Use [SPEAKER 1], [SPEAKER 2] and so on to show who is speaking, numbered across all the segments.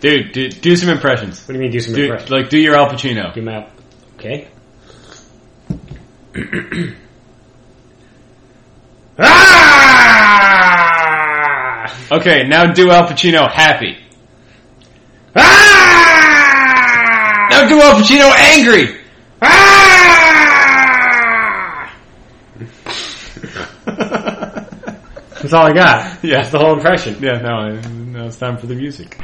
[SPEAKER 1] Dude, do, do some impressions.
[SPEAKER 2] What do you mean do some
[SPEAKER 1] Do,
[SPEAKER 2] impressions?
[SPEAKER 1] Like, do your Al Pacino.
[SPEAKER 2] Do my okay. ah!
[SPEAKER 1] Okay, now do Al Pacino happy.
[SPEAKER 2] Ah!
[SPEAKER 1] Now do Al Pacino angry!
[SPEAKER 2] Ah! That's all I got.
[SPEAKER 1] Yeah.
[SPEAKER 2] That's the whole impression.
[SPEAKER 1] Yeah, now, I- now it's time for the music.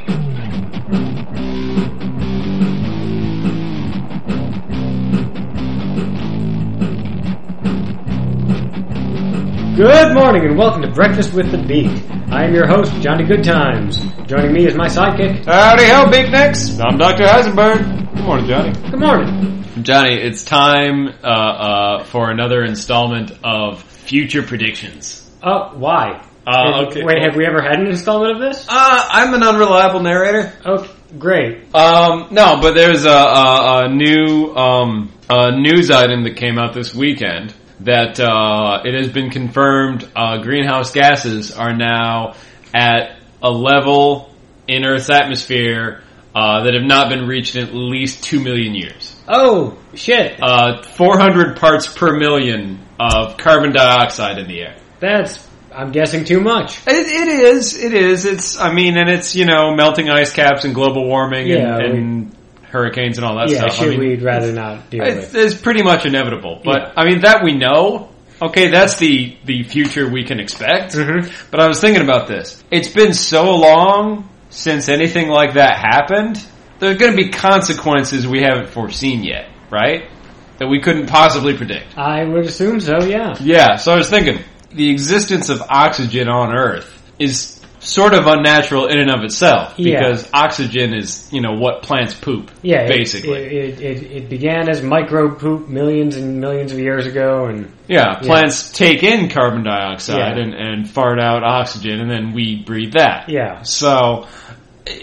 [SPEAKER 2] Good morning and welcome to Breakfast with the Beat. I am your host, Johnny Goodtimes. Joining me is my sidekick.
[SPEAKER 1] Howdy ho, Big Necks! I'm Dr. Heisenberg. Good morning, Johnny.
[SPEAKER 2] Good morning.
[SPEAKER 1] Johnny, it's time uh, uh, for another installment of Future Predictions.
[SPEAKER 2] Oh, why?
[SPEAKER 1] Uh,
[SPEAKER 2] Have- Wait, have we ever had an installment of this?
[SPEAKER 1] Uh, I'm an unreliable narrator.
[SPEAKER 2] Oh, great.
[SPEAKER 1] Um, no, but there's a, a, a new um, a news item that came out this weekend that uh, it has been confirmed uh, greenhouse gases are now at a level in Earth's atmosphere uh, that have not been reached in at least two million years.
[SPEAKER 2] Oh, shit.
[SPEAKER 1] Uh, 400 parts per million of carbon dioxide in the air.
[SPEAKER 2] That's, I'm guessing, too much.
[SPEAKER 1] It, it is. It is. It's. I mean, and it's you know melting ice caps and global warming
[SPEAKER 2] Yeah,
[SPEAKER 1] and, and hurricanes and all that
[SPEAKER 2] yeah,
[SPEAKER 1] stuff.
[SPEAKER 2] shit
[SPEAKER 1] I mean,
[SPEAKER 2] we'd rather not deal
[SPEAKER 1] it's,
[SPEAKER 2] with.
[SPEAKER 1] it's pretty much inevitable. But
[SPEAKER 2] Yeah.
[SPEAKER 1] I mean that we know. Okay, that's the the future we can expect.
[SPEAKER 2] Mhm.
[SPEAKER 1] But I was thinking about this. It's been so long since anything like that happened. There's going to be consequences we haven't foreseen yet, right? That we couldn't possibly predict.
[SPEAKER 2] I would assume so, yeah.
[SPEAKER 1] Yeah, so I was thinking the existence of oxygen on Earth is sort of unnatural in and of itself
[SPEAKER 2] Yeah.
[SPEAKER 1] because oxygen is, you know, what plants poop.
[SPEAKER 2] Yeah, it-
[SPEAKER 1] basically.
[SPEAKER 2] It, it, it, it began as micro poop millions and millions of years ago, and
[SPEAKER 1] yeah, plants take in carbon dioxide
[SPEAKER 2] Yeah.
[SPEAKER 1] and, and fart out oxygen, and then we breathe that.
[SPEAKER 2] yeah.
[SPEAKER 1] So,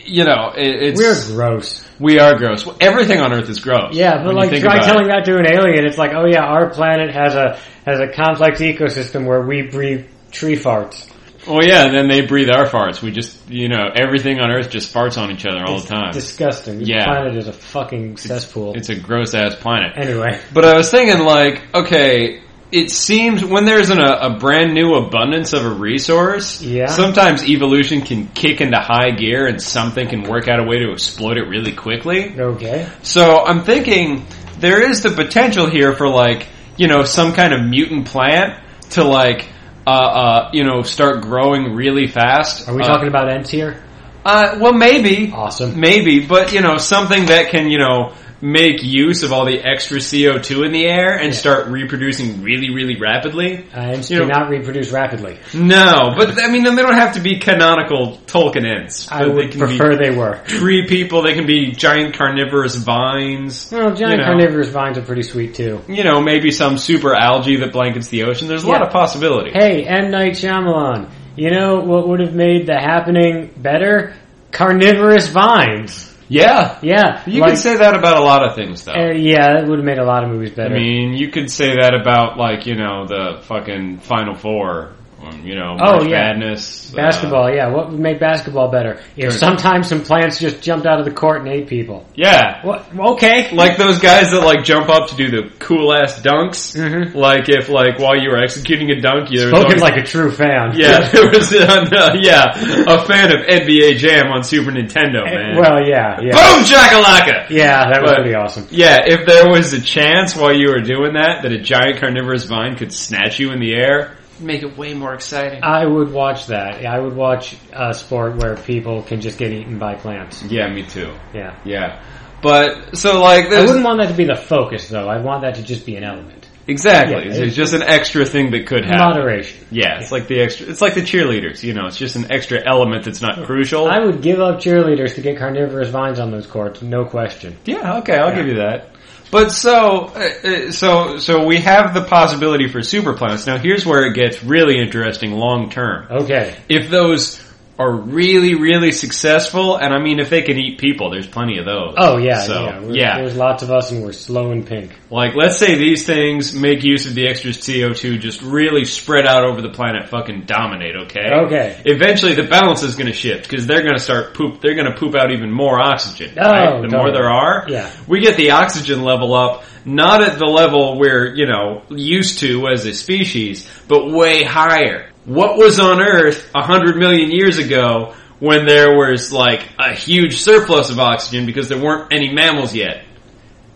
[SPEAKER 1] you know, it, it's
[SPEAKER 2] We're gross.
[SPEAKER 1] we are gross. Well, everything on Earth is gross.
[SPEAKER 2] Yeah, but
[SPEAKER 1] when you
[SPEAKER 2] like
[SPEAKER 1] think
[SPEAKER 2] try
[SPEAKER 1] about
[SPEAKER 2] telling
[SPEAKER 1] it.
[SPEAKER 2] that to an alien, it's like, oh yeah, our planet has a has a complex ecosystem where we breathe tree farts.
[SPEAKER 1] Well, yeah, and then they breathe our farts. We just, you know, everything on Earth just farts on each other all the time.
[SPEAKER 2] Disgusting. This
[SPEAKER 1] Yeah.
[SPEAKER 2] planet is a fucking cesspool.
[SPEAKER 1] it's a gross ass planet.
[SPEAKER 2] anyway.
[SPEAKER 1] But I was thinking, like, okay, it seems when there's an, a, a brand new abundance of a resource,
[SPEAKER 2] Yeah.
[SPEAKER 1] sometimes evolution can kick into high gear and something can work out a way to exploit it really quickly.
[SPEAKER 2] Okay.
[SPEAKER 1] So I'm thinking there is the potential here for, like, you know, some kind of mutant plant to, like, uh, uh, you know, start growing really fast.
[SPEAKER 2] Are we
[SPEAKER 1] Uh,
[SPEAKER 2] talking about N tier?
[SPEAKER 1] Uh, well, maybe.
[SPEAKER 2] Awesome.
[SPEAKER 1] Maybe, but you know, something that can, you know, make use of all the extra CO2 in the air and start reproducing really, really rapidly.
[SPEAKER 2] Uh, and
[SPEAKER 1] You know-
[SPEAKER 2] do not reproduce rapidly.
[SPEAKER 1] No, but I mean, they don't have to be canonical Tolkienins.
[SPEAKER 2] I
[SPEAKER 1] But
[SPEAKER 2] would
[SPEAKER 1] they can
[SPEAKER 2] prefer
[SPEAKER 1] be
[SPEAKER 2] they were.
[SPEAKER 1] tree people, they can be giant carnivorous vines.
[SPEAKER 2] Well, giant
[SPEAKER 1] you know.
[SPEAKER 2] carnivorous vines are pretty sweet too.
[SPEAKER 1] You know, maybe some super algae that blankets the ocean. There's a lot
[SPEAKER 2] Yeah.
[SPEAKER 1] of possibility.
[SPEAKER 2] Hey, M. Night Shyamalan, you know what would have made the happening better? Carnivorous vines.
[SPEAKER 1] Yeah.
[SPEAKER 2] Yeah.
[SPEAKER 1] You
[SPEAKER 2] like-
[SPEAKER 1] can say that about a lot of things, though.
[SPEAKER 2] uh, yeah, it would have made a lot of movies
[SPEAKER 1] I
[SPEAKER 2] better.
[SPEAKER 1] mean, you could say that about like you know the fucking Final Four, um, you know,
[SPEAKER 2] Oh,
[SPEAKER 1] March
[SPEAKER 2] yeah.
[SPEAKER 1] Madness, uh,
[SPEAKER 2] basketball, yeah. What would make basketball better? If sometimes some plants just jumped out of the court and ate people.
[SPEAKER 1] yeah,
[SPEAKER 2] What? Okay.
[SPEAKER 1] like those guys that like jump up to do the cool ass dunks.
[SPEAKER 2] Mhm.
[SPEAKER 1] Like if like while you were executing a dunk, you there was
[SPEAKER 2] Spoken
[SPEAKER 1] always-
[SPEAKER 2] like a true fan.
[SPEAKER 1] yeah, there was uh, yeah a fan of NBA Jam on Super Nintendo, Oh, man.
[SPEAKER 2] Eh, Well, yeah, yeah.
[SPEAKER 1] Boom shakalaka.
[SPEAKER 2] Yeah, that was
[SPEAKER 1] But-
[SPEAKER 2] pretty awesome.
[SPEAKER 1] Yeah, if there was a chance while you were doing that that a giant carnivorous vine could snatch you in the air, make it way more exciting.
[SPEAKER 2] I would watch that. I would watch a sport where people can just get eaten by plants.
[SPEAKER 1] yeah, me too.
[SPEAKER 2] Yeah.
[SPEAKER 1] Yeah. But so like
[SPEAKER 2] I
[SPEAKER 1] there's
[SPEAKER 2] wouldn't want that to be the focus, though. I'd want that to just be an element.
[SPEAKER 1] exactly.
[SPEAKER 2] yeah,
[SPEAKER 1] there's just an extra thing that could happen.
[SPEAKER 2] Moderation.
[SPEAKER 1] Yeah, it's like the extra it's like the cheerleaders, you know, it's just an extra element that's not crucial.
[SPEAKER 2] I would give up cheerleaders to get carnivorous vines on those courts, no question.
[SPEAKER 1] yeah, okay, I'll give you that. But so uh, uh, so so we have the possibility for superplants. Now here's where it gets really interesting long term.
[SPEAKER 2] Okay.
[SPEAKER 1] If those are really, really successful, and I mean, if they can eat people, there's plenty of those.
[SPEAKER 2] Oh yeah,
[SPEAKER 1] So,
[SPEAKER 2] yeah. We're-
[SPEAKER 1] yeah.
[SPEAKER 2] There's lots of us, and we're slow and pink.
[SPEAKER 1] Like, let's say these things make use of the extra CO2, just really spread out over the planet, fucking dominate. Okay.
[SPEAKER 2] Okay.
[SPEAKER 1] Eventually, the balance is going to shift because they're going to start poop. They're going to poop out even more oxygen.
[SPEAKER 2] Oh,
[SPEAKER 1] right? The more
[SPEAKER 2] totally.
[SPEAKER 1] there are,
[SPEAKER 2] Yeah.
[SPEAKER 1] we get the oxygen level up, not at the level we're you know used to as a species, but way higher. What was on Earth a hundred million years ago? When there was like a huge surplus of oxygen because there weren't any mammals yet.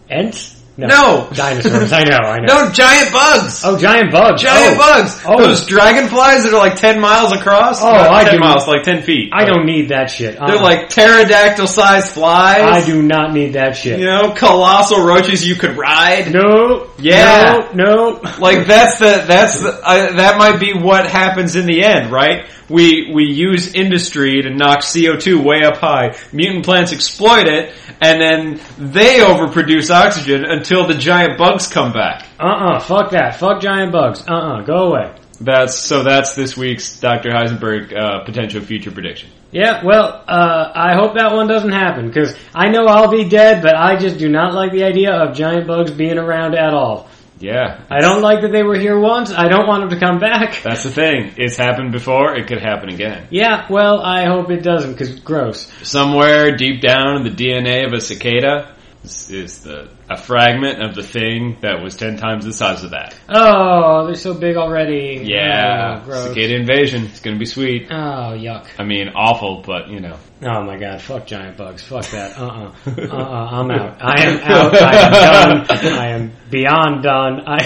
[SPEAKER 2] Ents?
[SPEAKER 1] No.
[SPEAKER 2] dinosaurs. I know. I know.
[SPEAKER 1] No giant bugs.
[SPEAKER 2] Oh, giant bugs.
[SPEAKER 1] Giant
[SPEAKER 2] Oh,
[SPEAKER 1] bugs.
[SPEAKER 2] Oh.
[SPEAKER 1] Those dragonflies that are like ten miles across.
[SPEAKER 2] Oh,
[SPEAKER 1] Not
[SPEAKER 2] I
[SPEAKER 1] ten
[SPEAKER 2] do-
[SPEAKER 1] miles, like ten feet.
[SPEAKER 2] I don't need that shit. Uh-uh.
[SPEAKER 1] They're like pterodactyl-sized flies.
[SPEAKER 2] I do not need that shit.
[SPEAKER 1] You know, colossal roaches you could ride.
[SPEAKER 2] No.
[SPEAKER 1] Yeah.
[SPEAKER 2] No. no.
[SPEAKER 1] Like that's the that's the uh, that might be what happens in the end, right? We we use industry to knock CO two way up high. Mutant plants exploit it, and then they overproduce oxygen until the giant bugs come back.
[SPEAKER 2] Uh-uh. Fuck that. Fuck giant bugs. Uh-uh. Go away.
[SPEAKER 1] That's so. That's this week's Dr. Heisenberg uh, potential future prediction.
[SPEAKER 2] Yeah, well, uh, I hope that one doesn't happen because I know I'll be dead, but I just do not like the idea of giant bugs being around at all.
[SPEAKER 1] Yeah,
[SPEAKER 2] I don't like that they were here once. I don't want them to come back.
[SPEAKER 1] that's the thing. It's happened before. It could happen again.
[SPEAKER 2] Yeah, well, I hope it doesn't because it's gross.
[SPEAKER 1] Somewhere deep down in the DNA of a cicada is, is the a fragment of the thing that was ten times the size of that.
[SPEAKER 2] Oh, they're so big already.
[SPEAKER 1] Yeah,
[SPEAKER 2] Oh, gross.
[SPEAKER 1] cicada invasion. It's gonna be sweet.
[SPEAKER 2] Oh, yuck.
[SPEAKER 1] I mean, awful, but you know.
[SPEAKER 2] Oh my god, fuck giant bugs. Fuck that. Uh uh-uh. uh. I'm out. I am out. I am done. I am beyond done. I,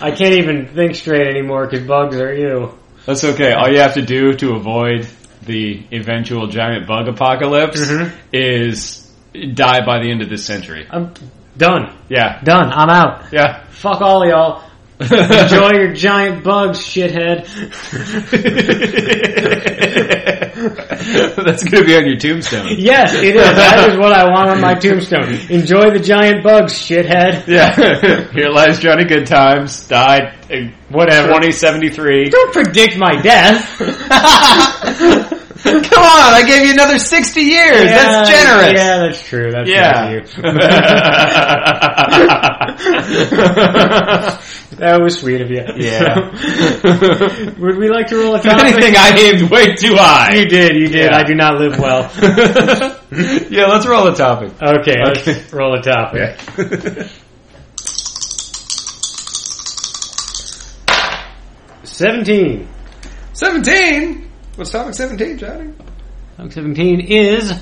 [SPEAKER 2] I can't even think straight anymore because bugs are you.
[SPEAKER 1] That's okay. All you have to do to avoid the eventual giant bug apocalypse
[SPEAKER 2] Mhm.
[SPEAKER 1] is die by the end of this century.
[SPEAKER 2] I'm done.
[SPEAKER 1] Yeah,
[SPEAKER 2] Done. I'm out.
[SPEAKER 1] yeah.
[SPEAKER 2] Fuck all y'all. Enjoy your giant bugs, shithead.
[SPEAKER 1] That's gonna be on your tombstone.
[SPEAKER 2] yes, it is. That is what I want on my tombstone. Enjoy the giant bugs, shithead.
[SPEAKER 1] Yeah, here lies Johnny Good Times. Died in
[SPEAKER 2] Whatever.
[SPEAKER 1] twenty seventy three.
[SPEAKER 2] Don't predict my death.
[SPEAKER 1] Come on, I gave you another sixty years. That's
[SPEAKER 2] Yeah,
[SPEAKER 1] generous.
[SPEAKER 2] Yeah, that's true. That's
[SPEAKER 1] Yeah.
[SPEAKER 2] nice of you. That was sweet of you. So, would we like to roll a
[SPEAKER 1] If
[SPEAKER 2] topic?
[SPEAKER 1] anything, I aimed way too
[SPEAKER 2] you
[SPEAKER 1] high.
[SPEAKER 2] did, you did.
[SPEAKER 1] Yeah.
[SPEAKER 2] I do not live well.
[SPEAKER 1] yeah, let's roll the topic.
[SPEAKER 2] Okay,
[SPEAKER 1] Okay.
[SPEAKER 2] let's roll a topic. Seventeen.
[SPEAKER 1] 17? What's topic 17, Johnny?
[SPEAKER 2] Topic seventeen is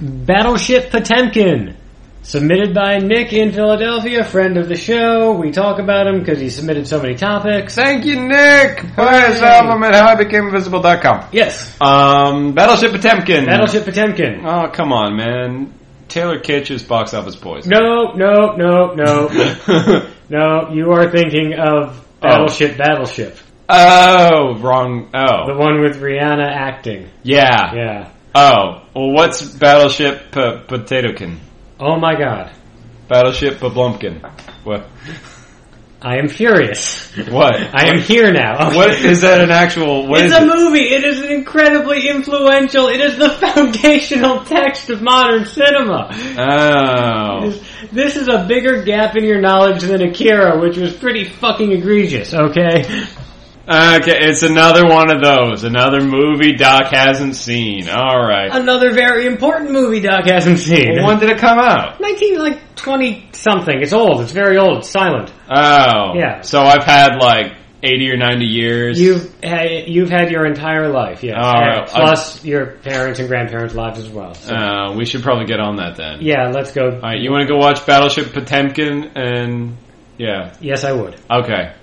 [SPEAKER 2] Battleship Potemkin. Submitted by Nick in Philadelphia, friend of the show. We talk about him because he submitted so many topics.
[SPEAKER 1] Thank you, Nick. Buy his
[SPEAKER 2] Hooray.
[SPEAKER 1] album at howibecameinvisible.com.
[SPEAKER 2] Yes,
[SPEAKER 1] Um, Battleship Potemkin.
[SPEAKER 2] Battleship Potemkin.
[SPEAKER 1] Oh, come on, man. Taylor Kitsch is box office poison.
[SPEAKER 2] No, no, no, no, no. You are thinking of Battleship Battleship,
[SPEAKER 1] oh, wrong.
[SPEAKER 2] the
[SPEAKER 1] Oh,
[SPEAKER 2] one with Rihanna acting.
[SPEAKER 1] yeah.
[SPEAKER 2] Yeah.
[SPEAKER 1] Oh, well, what's Battleship P- Potatokin?
[SPEAKER 2] Oh my god.
[SPEAKER 1] Battleship Bablumpkin. What?
[SPEAKER 2] I am furious.
[SPEAKER 1] What?
[SPEAKER 2] I am here now. Okay.
[SPEAKER 1] What is that? An actual? What is
[SPEAKER 2] it's a
[SPEAKER 1] it?
[SPEAKER 2] movie. It is incredibly influential. It is the foundational text of modern cinema. It
[SPEAKER 1] Oh,
[SPEAKER 2] is- This is a bigger gap in your knowledge than Akira, which was pretty fucking egregious, okay?
[SPEAKER 1] Oh. okay. It's another one of those. Another movie Doc hasn't seen. All right.
[SPEAKER 2] Another very important movie Doc hasn't seen.
[SPEAKER 1] When did it come out?
[SPEAKER 2] 19, like 20 something. It's old. It's very old. It's silent.
[SPEAKER 1] Oh,
[SPEAKER 2] Yeah.
[SPEAKER 1] So I've had like eighty or ninety years.
[SPEAKER 2] You've had, you've had your entire life, yes.
[SPEAKER 1] All right.
[SPEAKER 2] Plus your parents and grandparents' lives as well. So,
[SPEAKER 1] Uh, we should probably get on that then.
[SPEAKER 2] yeah, let's go.
[SPEAKER 1] All right. You want to go watch Battleship Potemkin and yeah.
[SPEAKER 2] Yes, I would.
[SPEAKER 1] Okay.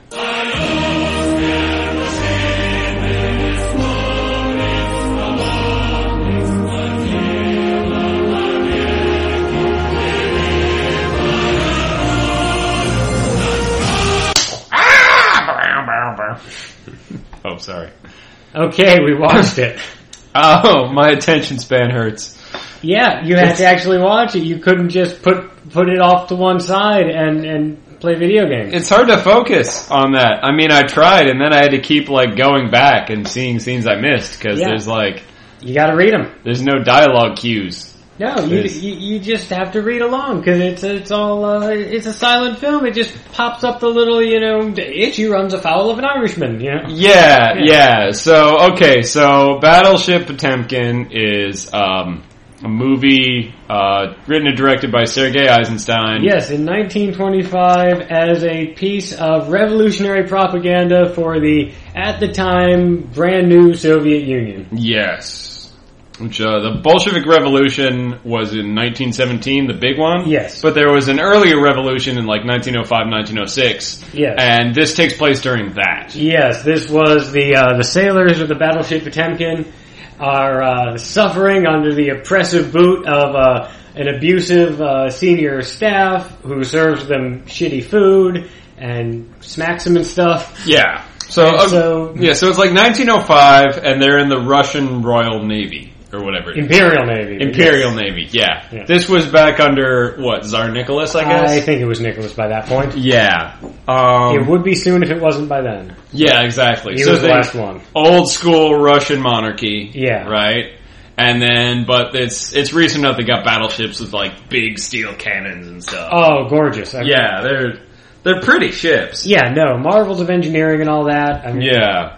[SPEAKER 1] Oh, sorry.
[SPEAKER 2] Okay, we watched it.
[SPEAKER 1] Oh, my attention span hurts.
[SPEAKER 2] Yeah, you had to actually watch it. You couldn't just put put it off to one side and and play video games.
[SPEAKER 1] It's hard to focus on that. I mean, I tried, and then I had to keep like going back and seeing scenes I missed because
[SPEAKER 2] Yeah.
[SPEAKER 1] there's like
[SPEAKER 2] You got to read them.
[SPEAKER 1] There's no dialogue cues.
[SPEAKER 2] No, you,
[SPEAKER 1] It's-
[SPEAKER 2] you you just have to read along because it's it's all uh, it's a silent film. It just pops up the little you know itchy runs afoul of an Irishman. You know,
[SPEAKER 1] Yeah,
[SPEAKER 2] Yeah.
[SPEAKER 1] yeah. So okay, so Battleship Potemkin is um, a movie uh, written and directed by Sergei Eisenstein.
[SPEAKER 2] yes, in 1925, as a piece of revolutionary propaganda for the at the time brand new Soviet Union.
[SPEAKER 1] Yes. Which uh, the Bolshevik Revolution was in 1917, the big one.
[SPEAKER 2] Yes.
[SPEAKER 1] But there was an earlier revolution in like 1905, 1906.
[SPEAKER 2] Yes.
[SPEAKER 1] And this takes place during that.
[SPEAKER 2] Yes, this was the uh, the sailors of the battleship Potemkin are uh, suffering under the oppressive boot of uh, an abusive uh, senior staff who serves them shitty food and smacks them and stuff.
[SPEAKER 1] Yeah. So,
[SPEAKER 2] And
[SPEAKER 1] uh,
[SPEAKER 2] so-
[SPEAKER 1] yeah, so it's like 1905, and they're in the Russian Royal Navy or whatever. it is.
[SPEAKER 2] Imperial Navy.
[SPEAKER 1] Imperial Navy. Yeah.
[SPEAKER 2] Yeah.
[SPEAKER 1] This was back under what Tsar Nicholas, I
[SPEAKER 2] Yes.
[SPEAKER 1] guess.
[SPEAKER 2] I think it was Nicholas by that point.
[SPEAKER 1] yeah.
[SPEAKER 2] It
[SPEAKER 1] Um,
[SPEAKER 2] would be soon if it wasn't by then.
[SPEAKER 1] yeah, exactly.
[SPEAKER 2] He
[SPEAKER 1] so
[SPEAKER 2] was the
[SPEAKER 1] they-
[SPEAKER 2] last one.
[SPEAKER 1] old school Russian monarchy.
[SPEAKER 2] Yeah.
[SPEAKER 1] Right? And then, but it's it's recent enough they got battleships with like big steel cannons and stuff.
[SPEAKER 2] Oh, gorgeous. I mean-
[SPEAKER 1] yeah, they're they're pretty ships.
[SPEAKER 2] Yeah, no, marvels of engineering and all that. I mean,
[SPEAKER 1] Yeah,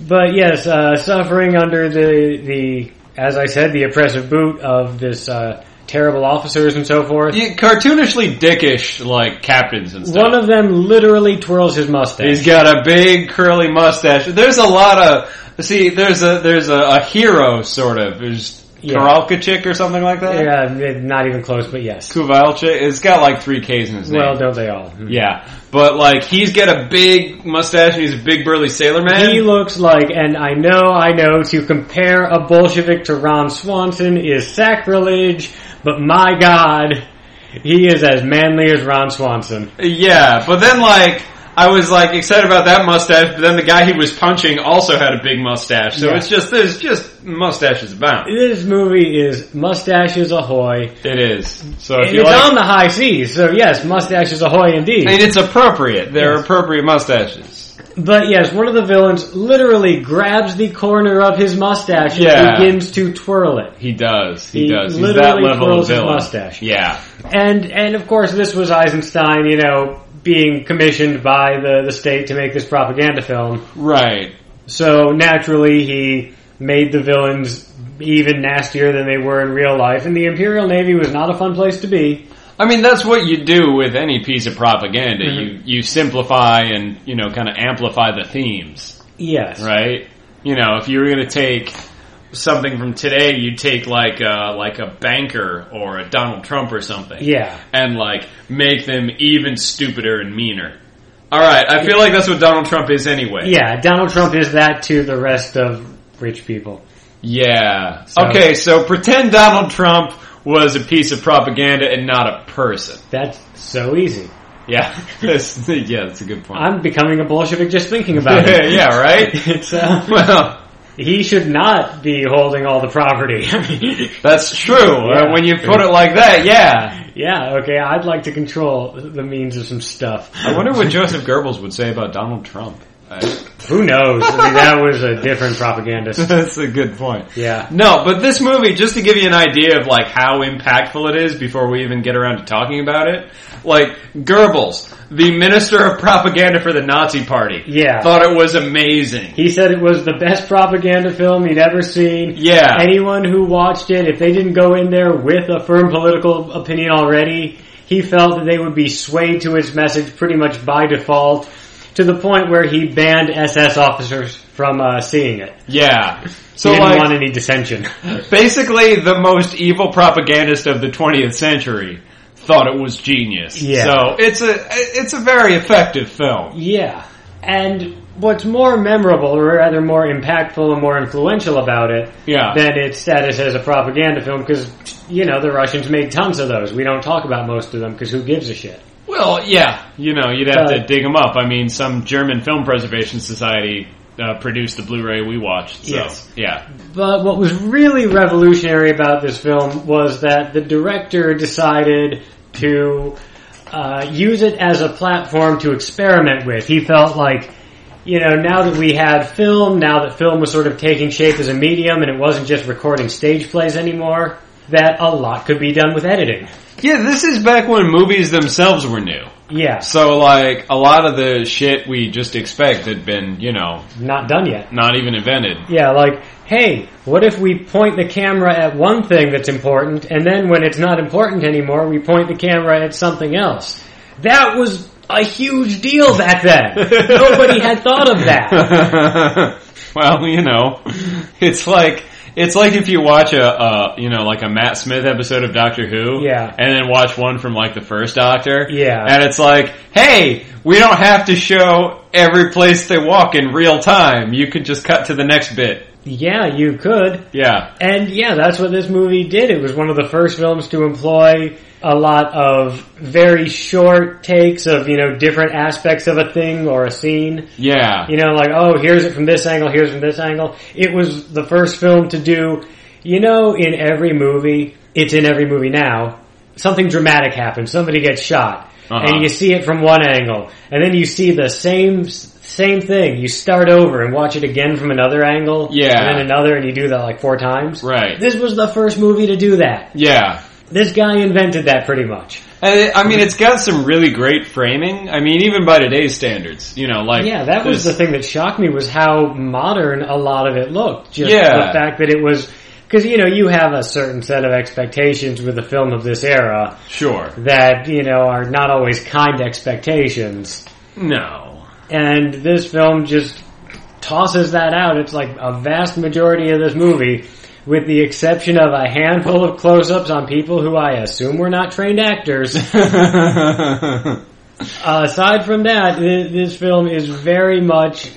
[SPEAKER 2] But yes, uh, suffering under the the as I said, the oppressive boot of this uh, terrible officers and so forth.
[SPEAKER 1] Yeah, cartoonishly dickish like captains and stuff.
[SPEAKER 2] One of them literally twirls his mustache.
[SPEAKER 1] He's got a big curly mustache. There's a lot of see. There's a there's a, a hero sort of. There's
[SPEAKER 2] Yeah.
[SPEAKER 1] Karalkachik or something like that.
[SPEAKER 2] yeah, not even close, but yes.
[SPEAKER 1] Kuvalchik. It's got like three K's in his name.
[SPEAKER 2] Well, don't they all?
[SPEAKER 1] Yeah, but like he's got a big mustache and he's a big burly sailor man.
[SPEAKER 2] He looks like, and I know, I know, to compare a Bolshevik to Ron Swanson is sacrilege, but my God, he is as manly as Ron Swanson.
[SPEAKER 1] yeah, but then like I was like excited about that mustache, but then the guy he was punching also had a big mustache. So
[SPEAKER 2] Yeah.
[SPEAKER 1] it's just there's just mustaches abound.
[SPEAKER 2] This movie is mustaches ahoy.
[SPEAKER 1] It is. So if
[SPEAKER 2] And
[SPEAKER 1] you
[SPEAKER 2] it's
[SPEAKER 1] like,
[SPEAKER 2] on the high seas, so yes, mustaches ahoy indeed.
[SPEAKER 1] and it's appropriate. They're
[SPEAKER 2] Yes.
[SPEAKER 1] appropriate mustaches.
[SPEAKER 2] But yes, one of the villains literally grabs the corner of his mustache
[SPEAKER 1] Yeah.
[SPEAKER 2] and begins to twirl it.
[SPEAKER 1] He does. He,
[SPEAKER 2] He
[SPEAKER 1] does. He's that
[SPEAKER 2] literally
[SPEAKER 1] level of
[SPEAKER 2] twirls his
[SPEAKER 1] villain.
[SPEAKER 2] mustache.
[SPEAKER 1] Yeah.
[SPEAKER 2] And and of course, this was Eisenstein, you know, being commissioned by the the state to make this propaganda film.
[SPEAKER 1] Right.
[SPEAKER 2] So naturally, he made the villains even nastier than they were in real life, and the Imperial Navy was not a fun place to be.
[SPEAKER 1] I mean, that's what you do with any piece of propaganda.
[SPEAKER 2] Mm-hmm.
[SPEAKER 1] You you simplify and you know kind of amplify the themes.
[SPEAKER 2] Yes.
[SPEAKER 1] right? You know, if you were going to take something from today, you'd take like a, like a banker or a Donald Trump or something,
[SPEAKER 2] Yeah.
[SPEAKER 1] and like make them even stupider and meaner. All right, I feel like that's what Donald Trump is anyway.
[SPEAKER 2] Yeah, Donald Trump is that to the rest of rich people.
[SPEAKER 1] Yeah.
[SPEAKER 2] So-
[SPEAKER 1] Okay, so pretend Donald Trump was a piece of propaganda and not a person.
[SPEAKER 2] That's so easy.
[SPEAKER 1] Yeah. That's, yeah, that's a good point.
[SPEAKER 2] I'm becoming a Bolshevik just thinking about it.
[SPEAKER 1] yeah, right?
[SPEAKER 2] It's, uh,
[SPEAKER 1] Well,
[SPEAKER 2] he should not be holding all the property. I mean,
[SPEAKER 1] that's true. Uh,
[SPEAKER 2] Yeah.
[SPEAKER 1] When you put it like that, yeah.
[SPEAKER 2] yeah, okay, I'd like to control the means of some stuff.
[SPEAKER 1] I wonder what Joseph Goebbels would say about Donald Trump. Uh,
[SPEAKER 2] Who knows? I mean, that was a different propagandist.
[SPEAKER 1] That's a good point.
[SPEAKER 2] Yeah.
[SPEAKER 1] No, but this movie, just to give you an idea of like how impactful it is before we even get around to talking about it, like Goebbels, the minister of propaganda for the Nazi Party,
[SPEAKER 2] Yeah.
[SPEAKER 1] thought it was amazing.
[SPEAKER 2] He said it was the best propaganda film he'd ever seen.
[SPEAKER 1] Yeah.
[SPEAKER 2] Anyone who watched it, if they didn't go in there with a firm political opinion already, he felt that they would be swayed to his message pretty much by default, to the point where he banned SS officers from uh, seeing it.
[SPEAKER 1] Yeah.
[SPEAKER 2] He
[SPEAKER 1] So
[SPEAKER 2] didn't
[SPEAKER 1] like
[SPEAKER 2] want any dissension.
[SPEAKER 1] basically the most evil propagandist of the 20th century thought it was genius.
[SPEAKER 2] Yeah.
[SPEAKER 1] So it's a it's a very effective film.
[SPEAKER 2] yeah. And what's more memorable, or rather more impactful and more influential about it,
[SPEAKER 1] Yeah.
[SPEAKER 2] than its status as a propaganda film, because, you know, the Russians made tons of those. We don't talk about most of them, because who gives a shit?
[SPEAKER 1] Well, yeah, you know, you'd have to
[SPEAKER 2] But-
[SPEAKER 1] dig them up. I mean, some German Film Preservation Society uh, produced the Blu-ray we watched. So,
[SPEAKER 2] Yes.
[SPEAKER 1] Yeah.
[SPEAKER 2] But what was really revolutionary about this film was that the director decided to uh, use it as a platform to experiment with. He felt like you know, now that we had film, now that film was sort of taking shape as a medium and it wasn't just recording stage plays anymore, that a lot could be done with editing.
[SPEAKER 1] Yeah, this is back when movies themselves were new.
[SPEAKER 2] Yeah,
[SPEAKER 1] So, like, a lot of the shit we just expect had been, you know,
[SPEAKER 2] not done yet.
[SPEAKER 1] not even invented.
[SPEAKER 2] Yeah, like, hey, what if we point the camera at one thing that's important, and then when it's not important anymore, we point the camera at something else? That was a huge deal back then. Nobody had thought of that.
[SPEAKER 1] well, you know, it's like it's like if you watch a uh, you know like a Matt Smith episode of Doctor Who,
[SPEAKER 2] Yeah.
[SPEAKER 1] and then watch one from like the first Doctor,
[SPEAKER 2] Yeah.
[SPEAKER 1] and it's like, hey, we don't have to show every place they walk in real time. You could just cut to the next bit.
[SPEAKER 2] Yeah, you could.
[SPEAKER 1] Yeah,
[SPEAKER 2] And yeah, that's what this movie did. It was one of the first films to employ a lot of very short takes of, you know, different aspects of a thing or a scene.
[SPEAKER 1] yeah,
[SPEAKER 2] You know, like, oh, here's it from this angle, here's from this angle. It was the first film to do, you know, in every movie, it's in every movie now, something dramatic happens. Somebody gets shot.
[SPEAKER 1] Uh-huh.
[SPEAKER 2] And you see it from one angle. And then you see the same, same thing. You start over and watch it again from another angle.
[SPEAKER 1] Yeah.
[SPEAKER 2] And then another, and you do that like four times.
[SPEAKER 1] Right.
[SPEAKER 2] This was the first movie to do that.
[SPEAKER 1] yeah.
[SPEAKER 2] This guy invented that pretty much.
[SPEAKER 1] And it, I mean, it's got some really great framing. I mean, even by today's standards, you know, like
[SPEAKER 2] Yeah, that was the
[SPEAKER 1] there's-
[SPEAKER 2] thing that shocked me was how modern a lot of it looked. Just
[SPEAKER 1] Yeah.
[SPEAKER 2] the fact that it was because you know you have a certain set of expectations with a film of this era
[SPEAKER 1] sure.
[SPEAKER 2] that you know are not always kind expectations,
[SPEAKER 1] No,
[SPEAKER 2] and this film just tosses that out. It's like a vast majority of this movie. With the exception of a handful of close-ups on people who I assume were not trained actors, Uh, aside from that, thi- this film is very much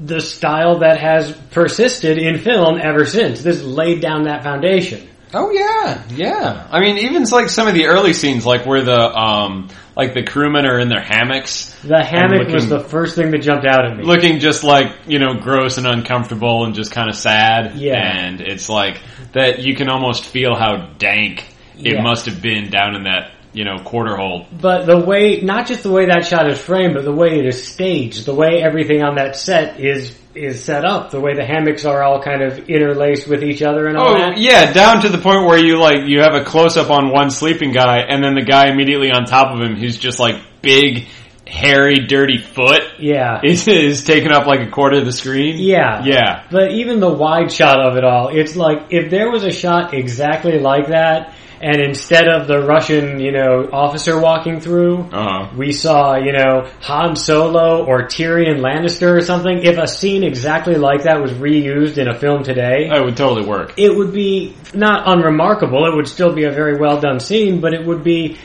[SPEAKER 2] the style that has persisted in film ever since. This laid down that foundation.
[SPEAKER 1] Oh yeah, yeah. I mean, even like some of the early scenes, like where the um, like the crewmen are in their hammocks,
[SPEAKER 2] The hammock
[SPEAKER 1] looking-
[SPEAKER 2] was the first thing that jumped out at me.
[SPEAKER 1] looking just like you know gross and uncomfortable and just kind of sad.
[SPEAKER 2] Yeah.
[SPEAKER 1] and it's like that you can almost feel how dank it
[SPEAKER 2] Yeah.
[SPEAKER 1] must have been down in that you know quarter hole.
[SPEAKER 2] But the way, not just the way that shot is framed, but the way it is staged, the way everything on that set is is set up, the way the hammocks are all kind of interlaced with each other and all
[SPEAKER 1] Oh
[SPEAKER 2] that.
[SPEAKER 1] yeah, down to the point where you like you have a close up on one sleeping guy, and then the guy immediately on top of him, who's just like big, hairy, dirty foot,
[SPEAKER 2] Yeah.
[SPEAKER 1] is is taking up like a quarter of the screen.
[SPEAKER 2] Yeah.
[SPEAKER 1] yeah.
[SPEAKER 2] But even the wide shot of it all, it's like if there was a shot exactly like that, and instead of the Russian, you know, officer walking through,
[SPEAKER 1] Uh-huh.
[SPEAKER 2] we saw, you know, Han Solo or Tyrion Lannister or something. If a scene exactly like that was reused in a film today,
[SPEAKER 1] That would totally work.
[SPEAKER 2] it would be not unremarkable. It would still be a very well done scene, but it would be,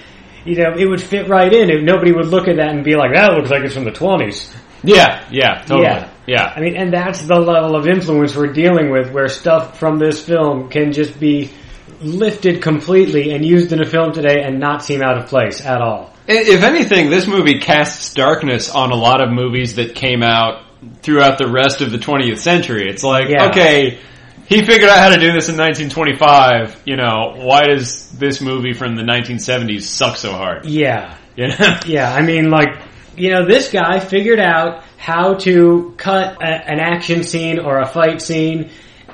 [SPEAKER 2] you know, it would fit right in. It, nobody would look at that and be like, that looks like it's from the 20s.
[SPEAKER 1] Yeah, yeah, totally.
[SPEAKER 2] Yeah.
[SPEAKER 1] Yeah.
[SPEAKER 2] I mean, and that's the level of influence we're dealing with, where stuff from this film can just be lifted completely and used in a film today and not seem out of place at all.
[SPEAKER 1] I- If anything, this movie casts darkness on a lot of movies that came out throughout the rest of the 20th century. It's like,
[SPEAKER 2] Yeah.
[SPEAKER 1] okay, he figured out how to do this in 1925. You know, why does this movie from the 1970s suck so hard?
[SPEAKER 2] Yeah.
[SPEAKER 1] You know?
[SPEAKER 2] Yeah, I mean, like, you know, this guy figured out how to cut a, an action scene or a fight scene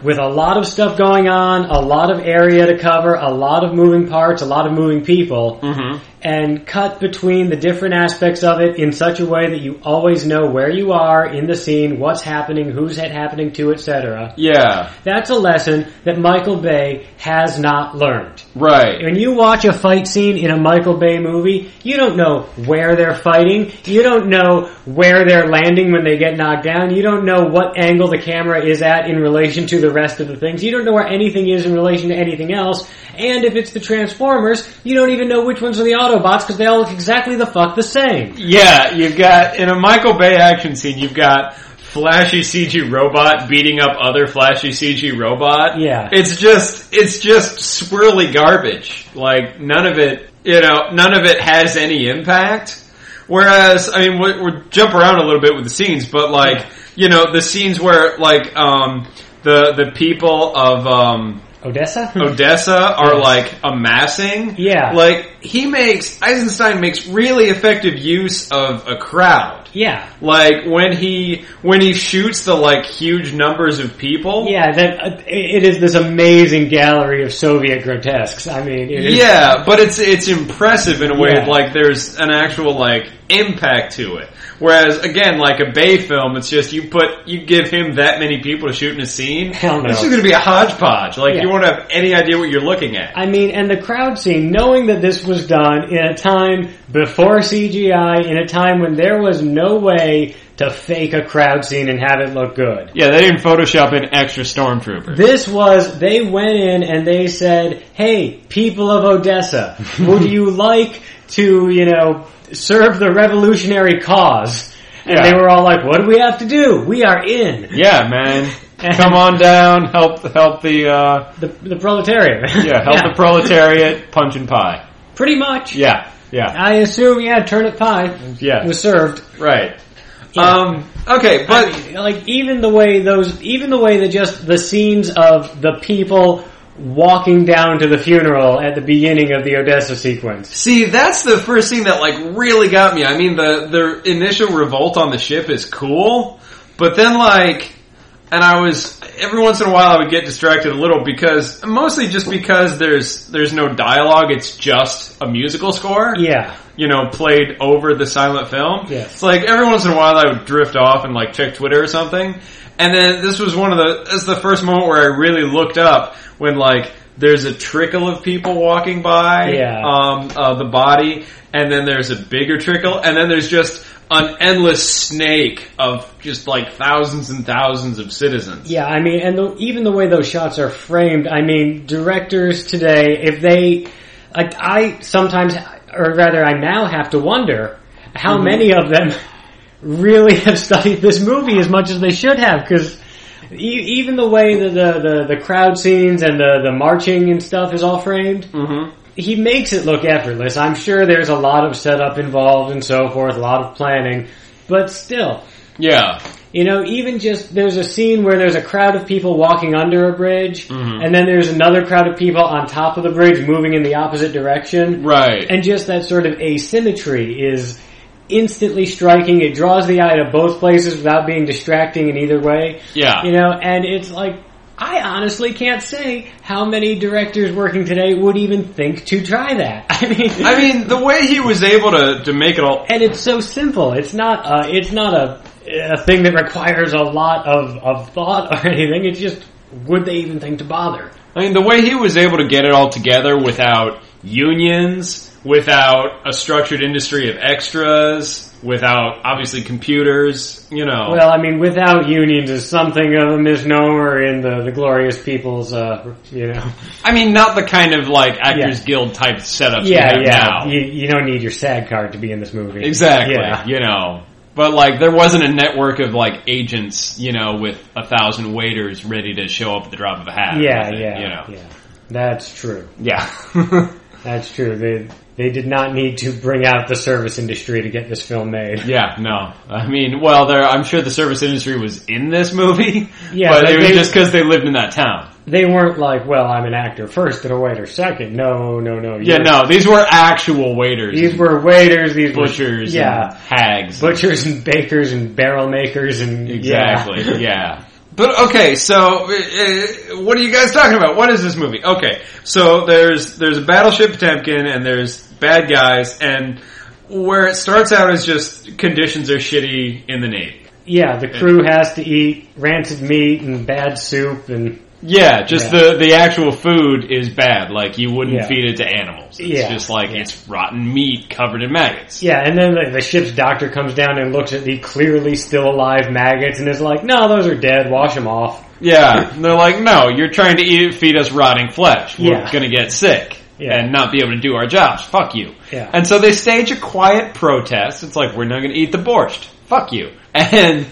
[SPEAKER 2] with a lot of stuff going on, a lot of area to cover, a lot of moving parts, a lot of moving people,
[SPEAKER 1] Mm-hmm.
[SPEAKER 2] and cut between the different aspects of it in such a way that you always know where you are in the scene, what's happening, who's it happening to, etc.
[SPEAKER 1] Yeah,
[SPEAKER 2] That's a lesson that Michael Bay has not learned.
[SPEAKER 1] right.
[SPEAKER 2] When you watch a fight scene in a Michael Bay movie, you don't know where they're fighting. You don't know where they're landing when they get knocked down. You don't know what angle the camera is at in relation to the rest of the things. You don't know where anything is in relation to anything else. And if it's the Transformers, you don't even know which ones are the Autobots because they all look exactly the fuck the same.
[SPEAKER 1] Yeah, you've got, in a Michael Bay action scene, you've got flashy CG robot beating up other flashy CG robot.
[SPEAKER 2] Yeah.
[SPEAKER 1] It's just it's just swirly garbage. Like none of it, you know, none of it has any impact. Whereas, I mean, we we jump around a little bit with the scenes, but like, you know, the scenes where like um, the the people of um,
[SPEAKER 2] Odessa?
[SPEAKER 1] Odessa are like amassing.
[SPEAKER 2] Yeah.
[SPEAKER 1] Like he makes Eisenstein makes really effective use of a crowd.
[SPEAKER 2] yeah.
[SPEAKER 1] Like when he when he shoots the like huge numbers of people.
[SPEAKER 2] Yeah, that uh, it is this amazing gallery of Soviet grotesques. I mean, it is,
[SPEAKER 1] Yeah, but it's it's impressive in a way
[SPEAKER 2] Yeah.
[SPEAKER 1] of like there's an actual like impact to it. Whereas again, like a Bay film, it's just you put you give him that many people to shoot in a scene.
[SPEAKER 2] Hell no.
[SPEAKER 1] This is going to be a hodgepodge. Like
[SPEAKER 2] Yeah.
[SPEAKER 1] you won't have any idea what you're looking at.
[SPEAKER 2] I mean, and the crowd scene, knowing that this was done in a time before CGI, in a time when there was no way to fake a crowd scene and have it look good.
[SPEAKER 1] Yeah, they didn't Photoshop in extra stormtrooper.
[SPEAKER 2] This was, they went in and they said, hey, people of Odessa, would you like to, you know, serve the revolutionary cause? And
[SPEAKER 1] Yeah.
[SPEAKER 2] they were all like, what do we have to do? We are in.
[SPEAKER 1] Yeah, man.
[SPEAKER 2] And-
[SPEAKER 1] Come on down, help help the uh,
[SPEAKER 2] The, the proletariat.
[SPEAKER 1] yeah, help the proletariat, punch and pie.
[SPEAKER 2] Pretty much.
[SPEAKER 1] Yeah, yeah,
[SPEAKER 2] I assume, yeah, turnip pie
[SPEAKER 1] yeah.
[SPEAKER 2] was served.
[SPEAKER 1] right. Um. Okay, but
[SPEAKER 2] I mean, like even the way those, even the way that just the scenes of the people walking down to the funeral at the beginning of the Odessa sequence.
[SPEAKER 1] see, that's the first thing that like really got me. I mean, the the initial revolt on the ship is cool, but then like. And I was every once in a while I would get distracted a little because mostly just because there's there's no dialogue it's just a musical score
[SPEAKER 2] Yeah,
[SPEAKER 1] you know, played over the silent film.
[SPEAKER 2] Yes.
[SPEAKER 1] It's like every once in a while I would drift off and like check Twitter or something. And then this was one of the, this is the first moment where I really looked up when like there's a trickle of people walking by,
[SPEAKER 2] Yeah.
[SPEAKER 1] um, uh, the body, and then there's a bigger trickle, and then there's just an endless snake of just like thousands and thousands of citizens.
[SPEAKER 2] yeah. I mean, and the, even the way those shots are framed. I mean, directors today, if they, like, I sometimes, or rather, I now have to wonder how many of them really have studied this movie as much as they should have because e- even the way that the, the, the crowd scenes and the, the marching and stuff is all framed
[SPEAKER 1] Mm-hmm.
[SPEAKER 2] he makes it look effortless i'm sure there's a lot of setup involved and so forth a lot of planning but still
[SPEAKER 1] Yeah.
[SPEAKER 2] you know, even just there's a scene where there's a crowd of people walking under a bridge,
[SPEAKER 1] Mm-hmm.
[SPEAKER 2] and then there's another crowd of people on top of the bridge moving in the opposite direction.
[SPEAKER 1] Right.
[SPEAKER 2] And just that sort of asymmetry is instantly striking. It draws the eye to both places without being distracting in either way.
[SPEAKER 1] Yeah.
[SPEAKER 2] You know, and it's like, I honestly can't say how many directors working today would even think to try that. I mean,
[SPEAKER 1] I mean, the way he was able to, to make it all
[SPEAKER 2] and it's so simple. It's not uh, it's not a, a thing that requires a lot of, of thought or anything. It's just would they even think to bother?
[SPEAKER 1] I mean, the way he was able to get it all together without unions, without a structured industry of extras, without obviously computers, you know.
[SPEAKER 2] Well, I mean, without unions is something of a misnomer in the, the glorious people's, uh, you know.
[SPEAKER 1] I mean, not the kind of like Actors
[SPEAKER 2] Yeah.
[SPEAKER 1] Guild type setups we
[SPEAKER 2] Yeah,
[SPEAKER 1] have
[SPEAKER 2] yeah.
[SPEAKER 1] now.
[SPEAKER 2] You, you don't need your SAG card to be in this movie.
[SPEAKER 1] Exactly,
[SPEAKER 2] Yeah.
[SPEAKER 1] you know. But like, there wasn't a network of like agents, you know, with a thousand waiters ready to show up at the drop of a hat. or
[SPEAKER 2] Yeah,
[SPEAKER 1] something,
[SPEAKER 2] yeah,
[SPEAKER 1] You know.
[SPEAKER 2] yeah. That's true.
[SPEAKER 1] Yeah.
[SPEAKER 2] That's true. They, they did not need to bring out the service industry to get this film made.
[SPEAKER 1] Yeah, no. I mean, well, there. I'm sure the service industry was in this movie,
[SPEAKER 2] Yeah,
[SPEAKER 1] but
[SPEAKER 2] but
[SPEAKER 1] it was
[SPEAKER 2] they-
[SPEAKER 1] just because they lived in that town.
[SPEAKER 2] They weren't like, well, I'm an actor first and a waiter second. No, no, no.
[SPEAKER 1] Yeah,
[SPEAKER 2] you're-
[SPEAKER 1] no, these were actual waiters,
[SPEAKER 2] These
[SPEAKER 1] and
[SPEAKER 2] were waiters, these were-
[SPEAKER 1] butchers, and
[SPEAKER 2] yeah,
[SPEAKER 1] hags,
[SPEAKER 2] butchers and bakers and barrel makers and
[SPEAKER 1] exactly,
[SPEAKER 2] yeah.
[SPEAKER 1] yeah. But okay, so uh, what are you guys talking about? What is this movie? Okay, so there's there's a battleship Potemkin, and there's bad guys, and where it starts out is just conditions are shitty in the navy.
[SPEAKER 2] Yeah, the crew has to eat rancid meat and bad soup and
[SPEAKER 1] Yeah, just
[SPEAKER 2] Yeah.
[SPEAKER 1] the the actual food is bad. Like you wouldn't
[SPEAKER 2] Yeah.
[SPEAKER 1] feed it to animals. It's
[SPEAKER 2] Yeah.
[SPEAKER 1] just like it's rotten meat covered in maggots.
[SPEAKER 2] yeah, and then the, the ship's doctor comes down and looks at the clearly still alive maggots and is like, "No, those are dead. Wash them off."
[SPEAKER 1] Yeah, and they're like, no, you're trying to eat feed us rotting flesh. We're
[SPEAKER 2] Yeah.
[SPEAKER 1] gonna get sick
[SPEAKER 2] Yeah.
[SPEAKER 1] and not be able to do our jobs. Fuck you.
[SPEAKER 2] Yeah.
[SPEAKER 1] And so they stage a quiet protest. It's like we're not gonna eat the borscht. Fuck you. And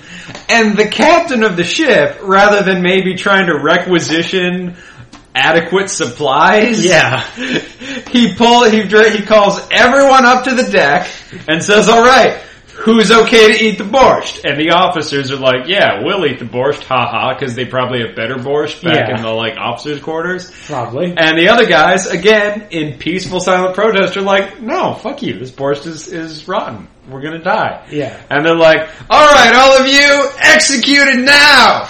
[SPEAKER 1] and the captain of the ship, rather than maybe trying to requisition adequate supplies,
[SPEAKER 2] Yeah.
[SPEAKER 1] he pull he dr- he calls everyone up to the deck and says, "All right, who's okay to eat the borscht? And the officers are like, yeah, we'll eat the borscht, haha, because they probably have better borscht back
[SPEAKER 2] Yeah.
[SPEAKER 1] in the like officers' quarters.
[SPEAKER 2] Probably.
[SPEAKER 1] And the other guys, again, in peaceful silent protest, are like, no, fuck you, this borscht is, is rotten. We're gonna die.
[SPEAKER 2] Yeah.
[SPEAKER 1] And they're like, alright, all of you, executed now!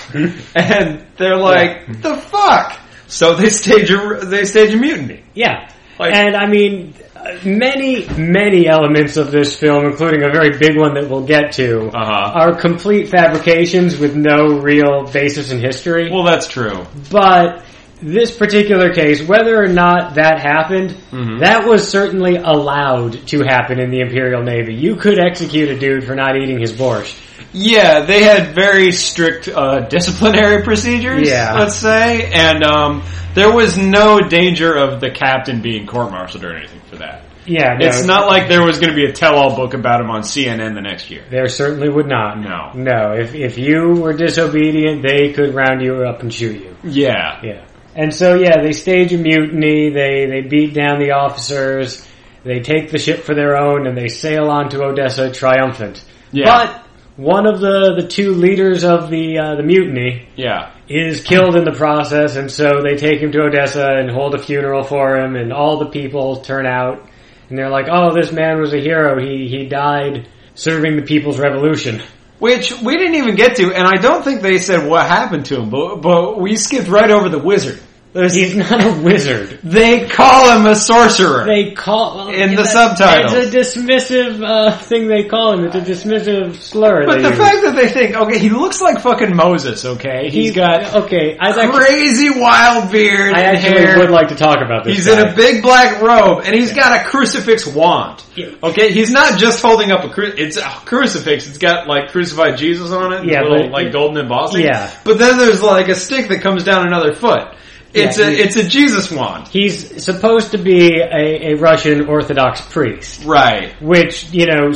[SPEAKER 1] and they're like, the fuck? So they stage a, they stage a mutiny.
[SPEAKER 2] Yeah.
[SPEAKER 1] Like-
[SPEAKER 2] and I mean, many, many elements of this film, including a very big one that we'll get to,
[SPEAKER 1] Uh-huh.
[SPEAKER 2] are complete fabrications with no real basis in history.
[SPEAKER 1] Well, that's true.
[SPEAKER 2] but this particular case, whether or not that happened,
[SPEAKER 1] Mm-hmm.
[SPEAKER 2] that was certainly allowed to happen in the Imperial Navy. You could execute a dude for not eating his borscht.
[SPEAKER 1] Yeah, they had very strict uh, disciplinary procedures,
[SPEAKER 2] Yeah.
[SPEAKER 1] let's say, and um, there was no danger of the captain being court-martialed or anything for that.
[SPEAKER 2] Yeah, no,
[SPEAKER 1] It's not like there was going to be a tell-all book about him on CNN the next year.
[SPEAKER 2] There certainly would not.
[SPEAKER 1] No.
[SPEAKER 2] No. If, if you were disobedient, they could round you up and shoot you.
[SPEAKER 1] Yeah.
[SPEAKER 2] Yeah. And so yeah, they stage a mutiny, they they beat down the officers, they take the ship for their own and they sail on to Odessa triumphant.
[SPEAKER 1] Yeah.
[SPEAKER 2] But one of the, the two leaders of the uh, the mutiny
[SPEAKER 1] Yeah.
[SPEAKER 2] is killed in the process, and so they take him to Odessa and hold a funeral for him, and all the people turn out, and they're like, "Oh, this man was a hero. He he died serving the people's revolution."
[SPEAKER 1] Which we didn't even get to, and I don't think they said what happened to him, but, but we skipped right over the wizard.
[SPEAKER 2] He's not a wizard.
[SPEAKER 1] They call him a sorcerer.
[SPEAKER 2] they call well,
[SPEAKER 1] In
[SPEAKER 2] yeah,
[SPEAKER 1] the
[SPEAKER 2] that-
[SPEAKER 1] subtitles.
[SPEAKER 2] It's a dismissive uh, thing they call him. It's a dismissive slur.
[SPEAKER 1] but
[SPEAKER 2] they
[SPEAKER 1] the
[SPEAKER 2] use.
[SPEAKER 1] fact that they think, okay, he looks like fucking Moses, okay? He's got
[SPEAKER 2] okay. I actually,
[SPEAKER 1] crazy wild beard
[SPEAKER 2] I
[SPEAKER 1] and
[SPEAKER 2] actually
[SPEAKER 1] hair.
[SPEAKER 2] would like to talk about this.
[SPEAKER 1] He's
[SPEAKER 2] guy.
[SPEAKER 1] in a big black robe, and he's got a crucifix wand.
[SPEAKER 2] Yeah.
[SPEAKER 1] Okay, he's not just holding up a cru- it's a crucifix. It's got like crucified Jesus on it, yeah,
[SPEAKER 2] Yeah,
[SPEAKER 1] little
[SPEAKER 2] but-
[SPEAKER 1] like golden embossing.
[SPEAKER 2] Yeah.
[SPEAKER 1] but then there's like a stick that comes down another foot. It's
[SPEAKER 2] Yeah,
[SPEAKER 1] a
[SPEAKER 2] he-
[SPEAKER 1] it's a Jesus wand,
[SPEAKER 2] He's supposed to be a, a Russian Orthodox priest,
[SPEAKER 1] right?
[SPEAKER 2] which you know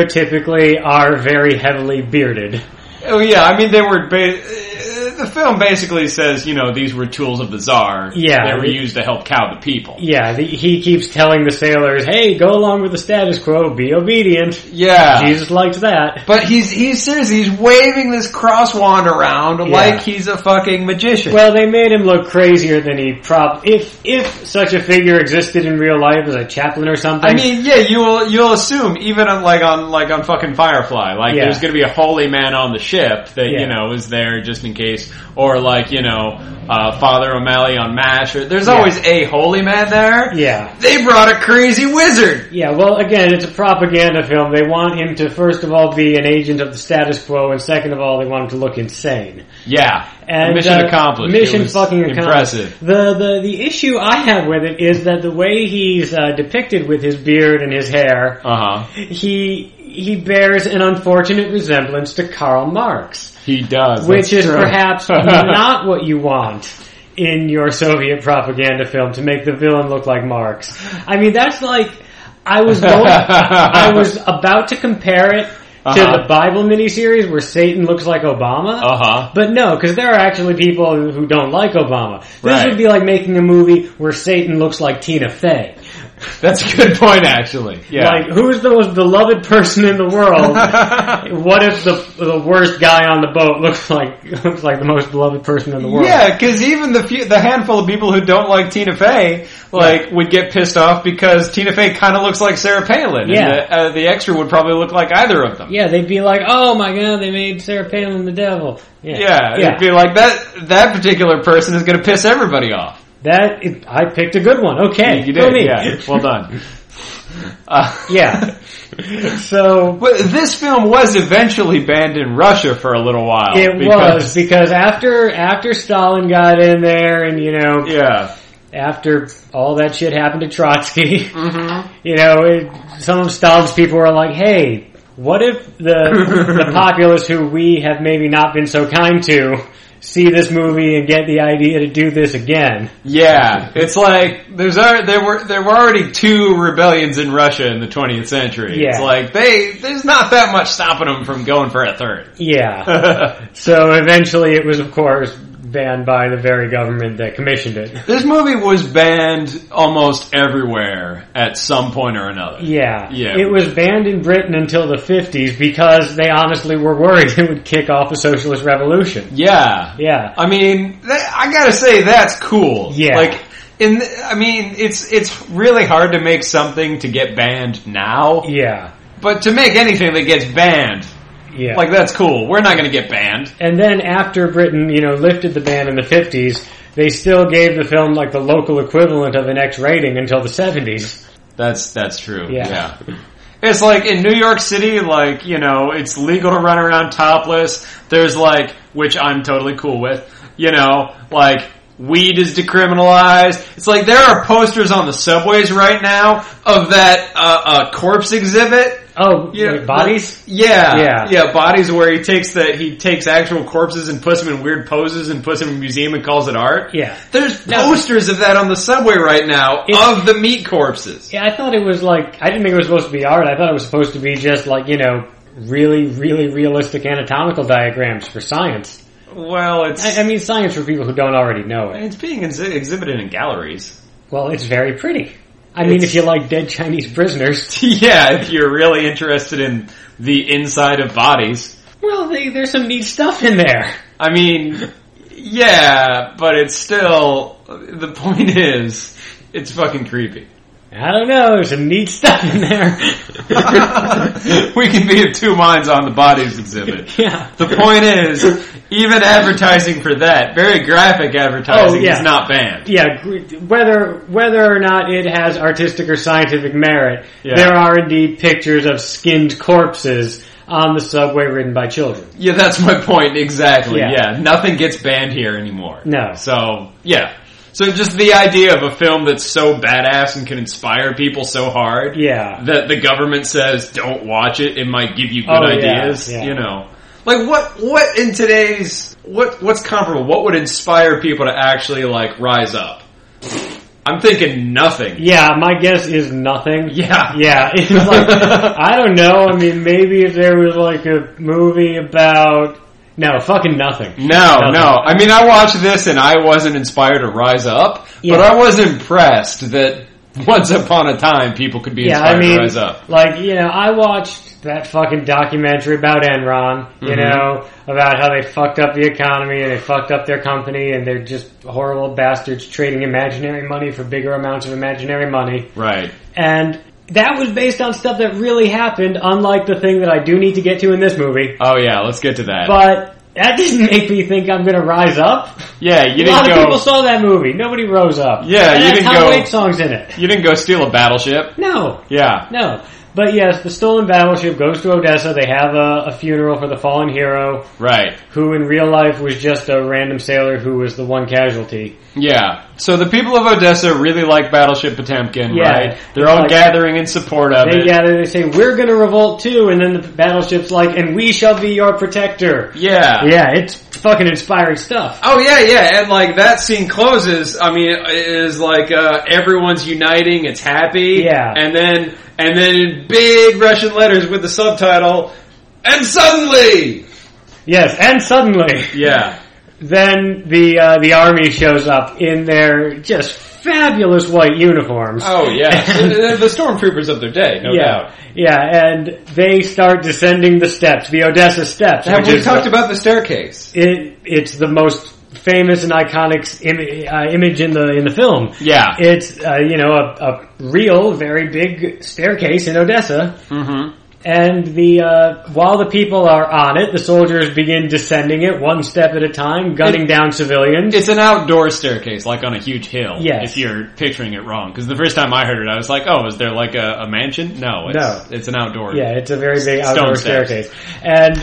[SPEAKER 2] stereotypically are very heavily bearded.
[SPEAKER 1] Oh yeah, I mean they were. Ba- uh, the film basically says you know these were tools of the czar.
[SPEAKER 2] Yeah,
[SPEAKER 1] that were
[SPEAKER 2] the-
[SPEAKER 1] used to help cow the people.
[SPEAKER 2] Yeah, the, he keeps telling the sailors, "Hey, go along with the status quo, be obedient."
[SPEAKER 1] Yeah,
[SPEAKER 2] Jesus likes that.
[SPEAKER 1] but he's he's seriously he's waving this cross wand around like he's a fucking magician.
[SPEAKER 2] Well, they made him look crazier than he prob. If if such a figure existed in real life as a chaplain or something,
[SPEAKER 1] I mean, yeah, you will you'll assume even on like on like on fucking Firefly, like
[SPEAKER 2] Yeah.
[SPEAKER 1] there's going to be a holy man on the ship that you
[SPEAKER 2] Yeah.
[SPEAKER 1] know is there just in case, or like you know uh, Father O'Malley on Mash. Or, there's always a holy man there.
[SPEAKER 2] yeah,
[SPEAKER 1] They brought a crazy wizard.
[SPEAKER 2] yeah. Well, again, it's a propaganda film. They want him to first of all be an agent of the status quo, and second of all, they want him to look insane.
[SPEAKER 1] Yeah,
[SPEAKER 2] And
[SPEAKER 1] mission
[SPEAKER 2] uh,
[SPEAKER 1] accomplished.
[SPEAKER 2] Mission
[SPEAKER 1] It was
[SPEAKER 2] fucking accomplished.
[SPEAKER 1] impressive.
[SPEAKER 2] The the the issue I have with it is that the way he's uh, depicted with his beard and his hair,
[SPEAKER 1] Uh huh.
[SPEAKER 2] he he bears an unfortunate resemblance to Karl Marx.
[SPEAKER 1] He does,
[SPEAKER 2] which
[SPEAKER 1] That's
[SPEAKER 2] is
[SPEAKER 1] true.
[SPEAKER 2] perhaps not what you want in your Soviet propaganda film to make the villain look like Marx. I mean, that's like I was going, I was about to compare it to
[SPEAKER 1] Uh-huh.
[SPEAKER 2] the Bible miniseries where Satan looks like Obama.
[SPEAKER 1] Uh-huh.
[SPEAKER 2] But no, because there are actually people who don't like Obama. This
[SPEAKER 1] Right.
[SPEAKER 2] would be like making a movie where Satan looks like Tina Fey.
[SPEAKER 1] That's a good point, actually. Yeah.
[SPEAKER 2] Like, who's the most beloved person in the world? what if the the worst guy on the boat looks like looks like the most beloved person in the world?
[SPEAKER 1] Yeah, because even the few, the handful of people who don't like Tina Fey like would get pissed off because Tina Fey kind of looks like Sarah Palin,
[SPEAKER 2] Yeah.
[SPEAKER 1] and the, uh, the extra would probably look like either of them.
[SPEAKER 2] Yeah, they'd be like, "Oh my god, they made Sarah Palin the devil." Yeah,
[SPEAKER 1] Yeah,
[SPEAKER 2] yeah.
[SPEAKER 1] it'd be like that. That particular person is going to piss everybody off.
[SPEAKER 2] that it, I picked a good one. Okay,
[SPEAKER 1] you
[SPEAKER 2] go
[SPEAKER 1] did,
[SPEAKER 2] me.
[SPEAKER 1] yeah. Well done. Uh,
[SPEAKER 2] Yeah. So
[SPEAKER 1] but this film was eventually banned in Russia for a little while.
[SPEAKER 2] it
[SPEAKER 1] because-
[SPEAKER 2] was because after after Stalin got in there, and you know,
[SPEAKER 1] Yeah.
[SPEAKER 2] after all that shit happened to Trotsky,
[SPEAKER 1] Mm-hmm.
[SPEAKER 2] you know, it, some of Stalin's people were like, "Hey, what if the the populace who we have maybe not been so kind to see this movie and get the idea to do this again?"
[SPEAKER 1] Yeah, it's like there's al- there were there were already two rebellions in Russia in the 20th century. It's
[SPEAKER 2] Yeah.
[SPEAKER 1] like they there's not that much stopping them from going for a third.
[SPEAKER 2] Yeah. so eventually, it was of course banned by the very government that commissioned it.
[SPEAKER 1] This movie was banned almost everywhere at some point or another.
[SPEAKER 2] Yeah.
[SPEAKER 1] Yeah.
[SPEAKER 2] It was banned in Britain until the 50s because they honestly were worried it would kick off a socialist revolution.
[SPEAKER 1] Yeah.
[SPEAKER 2] Yeah.
[SPEAKER 1] I mean, that, I gotta say that's cool.
[SPEAKER 2] Yeah.
[SPEAKER 1] Like, in the, I mean, it's it's really hard to make something to get banned now,
[SPEAKER 2] Yeah.
[SPEAKER 1] but to make anything that gets banned,
[SPEAKER 2] Yeah.
[SPEAKER 1] like that's cool. We're not gonna get banned.
[SPEAKER 2] and then after Britain, you know, lifted the ban in the 50s, they still gave the film like the local equivalent of an X rating until the 70s.
[SPEAKER 1] That's that's true.
[SPEAKER 2] Yeah.
[SPEAKER 1] yeah. It's like in New York City, like, you know, it's legal to run around topless. There's like, which I'm totally cool with, you know, like, weed is decriminalized. It's like there are posters on the subways right now of that, uh, uh, corpse exhibit.
[SPEAKER 2] Oh,
[SPEAKER 1] Yeah,
[SPEAKER 2] wait, bodies?
[SPEAKER 1] but- yeah,
[SPEAKER 2] Yeah.
[SPEAKER 1] yeah, Bodies, where he takes that he takes actual corpses and puts them in weird poses and puts them in a museum and calls it art.
[SPEAKER 2] Yeah.
[SPEAKER 1] there's
[SPEAKER 2] No.
[SPEAKER 1] posters of that on the subway right now
[SPEAKER 2] It-
[SPEAKER 1] of the meat corpses.
[SPEAKER 2] Yeah, I thought it was like I didn't think it was supposed to be art. I thought it was supposed to be just like you know really, really realistic anatomical diagrams for science.
[SPEAKER 1] Well, it's
[SPEAKER 2] I, I mean, science for people who don't already know it.
[SPEAKER 1] it's being exhi- exhibited in galleries.
[SPEAKER 2] Well, it's very pretty. I mean, if you like dead Chinese prisoners,
[SPEAKER 1] yeah, if you're really interested in the inside of bodies,
[SPEAKER 2] well, they, there's some neat stuff in there.
[SPEAKER 1] I mean, yeah, but it's still the point is it's fucking creepy.
[SPEAKER 2] I don't know, there's some neat stuff in there.
[SPEAKER 1] we can be of two minds on the bodies exhibit.
[SPEAKER 2] yeah.
[SPEAKER 1] The point is, even advertising for that, very graphic advertising,
[SPEAKER 2] Oh, yeah.
[SPEAKER 1] is not banned.
[SPEAKER 2] Yeah, gr- whether whether or not it has artistic or scientific merit,
[SPEAKER 1] Yeah.
[SPEAKER 2] there are indeed pictures of skinned corpses on the subway ridden by children.
[SPEAKER 1] Yeah, that's my point exactly.
[SPEAKER 2] Yeah.
[SPEAKER 1] Yeah. nothing gets banned here anymore.
[SPEAKER 2] No.
[SPEAKER 1] So yeah, so just the idea of a film that's so badass and can inspire people so hard
[SPEAKER 2] Yeah.
[SPEAKER 1] that the government says don't watch it. It might give you good
[SPEAKER 2] Oh, yeah,
[SPEAKER 1] ideas.
[SPEAKER 2] yeah.
[SPEAKER 1] You know, like what what in today's what what's comparable? What would inspire people to actually like rise up? I'm thinking nothing.
[SPEAKER 2] Yeah, my guess is nothing.
[SPEAKER 1] Yeah.
[SPEAKER 2] Yeah, it's like, I don't know. I mean, maybe if there was like a movie about no, fucking nothing.
[SPEAKER 1] No,
[SPEAKER 2] Nothing.
[SPEAKER 1] no. I mean, I watched this and I wasn't inspired to rise up,
[SPEAKER 2] Yeah.
[SPEAKER 1] but I was impressed that once upon a time people could be
[SPEAKER 2] Yeah,
[SPEAKER 1] inspired
[SPEAKER 2] I mean,
[SPEAKER 1] to rise up.
[SPEAKER 2] like you know, I watched that fucking documentary about Enron. You
[SPEAKER 1] Mhm.
[SPEAKER 2] know, about how they fucked up the economy and they fucked up their company and they're just horrible bastards trading imaginary money for bigger amounts of imaginary money.
[SPEAKER 1] Right.
[SPEAKER 2] And that was based on stuff that really happened, unlike the thing that I do need to get to in this movie.
[SPEAKER 1] Oh yeah, let's get to that.
[SPEAKER 2] But that didn't make me think I'm going to rise up.
[SPEAKER 1] yeah, you
[SPEAKER 2] a lot
[SPEAKER 1] didn't
[SPEAKER 2] of people
[SPEAKER 1] go.
[SPEAKER 2] saw that movie. Nobody rose up.
[SPEAKER 1] Yeah,
[SPEAKER 2] And
[SPEAKER 1] you
[SPEAKER 2] it has
[SPEAKER 1] didn't
[SPEAKER 2] Tom
[SPEAKER 1] go-
[SPEAKER 2] Waits songs in it.
[SPEAKER 1] You didn't go steal a battleship.
[SPEAKER 2] No,
[SPEAKER 1] Yeah.
[SPEAKER 2] no. But yes, the stolen battleship goes to Odessa. They have a, a funeral for the fallen hero,
[SPEAKER 1] Right.
[SPEAKER 2] who in real life was just a random sailor who was the one casualty.
[SPEAKER 1] Yeah. So the people of Odessa really like Battleship Potemkin,
[SPEAKER 2] Yeah.
[SPEAKER 1] right? They're
[SPEAKER 2] It's
[SPEAKER 1] all
[SPEAKER 2] like-
[SPEAKER 1] gathering in support of
[SPEAKER 2] They
[SPEAKER 1] it.
[SPEAKER 2] gather. They say, "We're going to revolt too," and then the battleship's like, "And we shall be your protector."
[SPEAKER 1] yeah.
[SPEAKER 2] Yeah, it's fucking inspiring stuff.
[SPEAKER 1] Oh yeah, yeah, and like that scene closes. I mean, it is like uh, everyone's uniting. It's happy.
[SPEAKER 2] Yeah.
[SPEAKER 1] and then and then in big Russian letters with the subtitle, and suddenly,
[SPEAKER 2] Yes, and suddenly.
[SPEAKER 1] yeah,
[SPEAKER 2] Then the uh, the army shows up in their just fabulous white uniforms.
[SPEAKER 1] oh yeah, the, the stormtroopers of their day, no
[SPEAKER 2] yeah,
[SPEAKER 1] doubt.
[SPEAKER 2] yeah, and they start descending the steps, the Odessa steps.
[SPEAKER 1] Have
[SPEAKER 2] which
[SPEAKER 1] we
[SPEAKER 2] is
[SPEAKER 1] talked
[SPEAKER 2] the-
[SPEAKER 1] about the staircase?
[SPEAKER 2] it? It's the most famous and iconic Im- uh, image in the in the film.
[SPEAKER 1] Yeah.
[SPEAKER 2] It's uh, you know a, a real very big staircase in Odessa,
[SPEAKER 1] Mm-hmm.
[SPEAKER 2] and the uh, while the people are on it, the soldiers begin descending it one step at a time, gunning
[SPEAKER 1] It-
[SPEAKER 2] down civilians.
[SPEAKER 1] It's an outdoor staircase, like on a huge hill.
[SPEAKER 2] Yes.
[SPEAKER 1] If you're picturing it wrong, because the first time I heard it, I was like, "Oh, is there like a, a mansion?" No, it's,
[SPEAKER 2] No.
[SPEAKER 1] it's an outdoor.
[SPEAKER 2] Yeah, it's a very big
[SPEAKER 1] Stone
[SPEAKER 2] outdoor
[SPEAKER 1] steps.
[SPEAKER 2] staircase. And,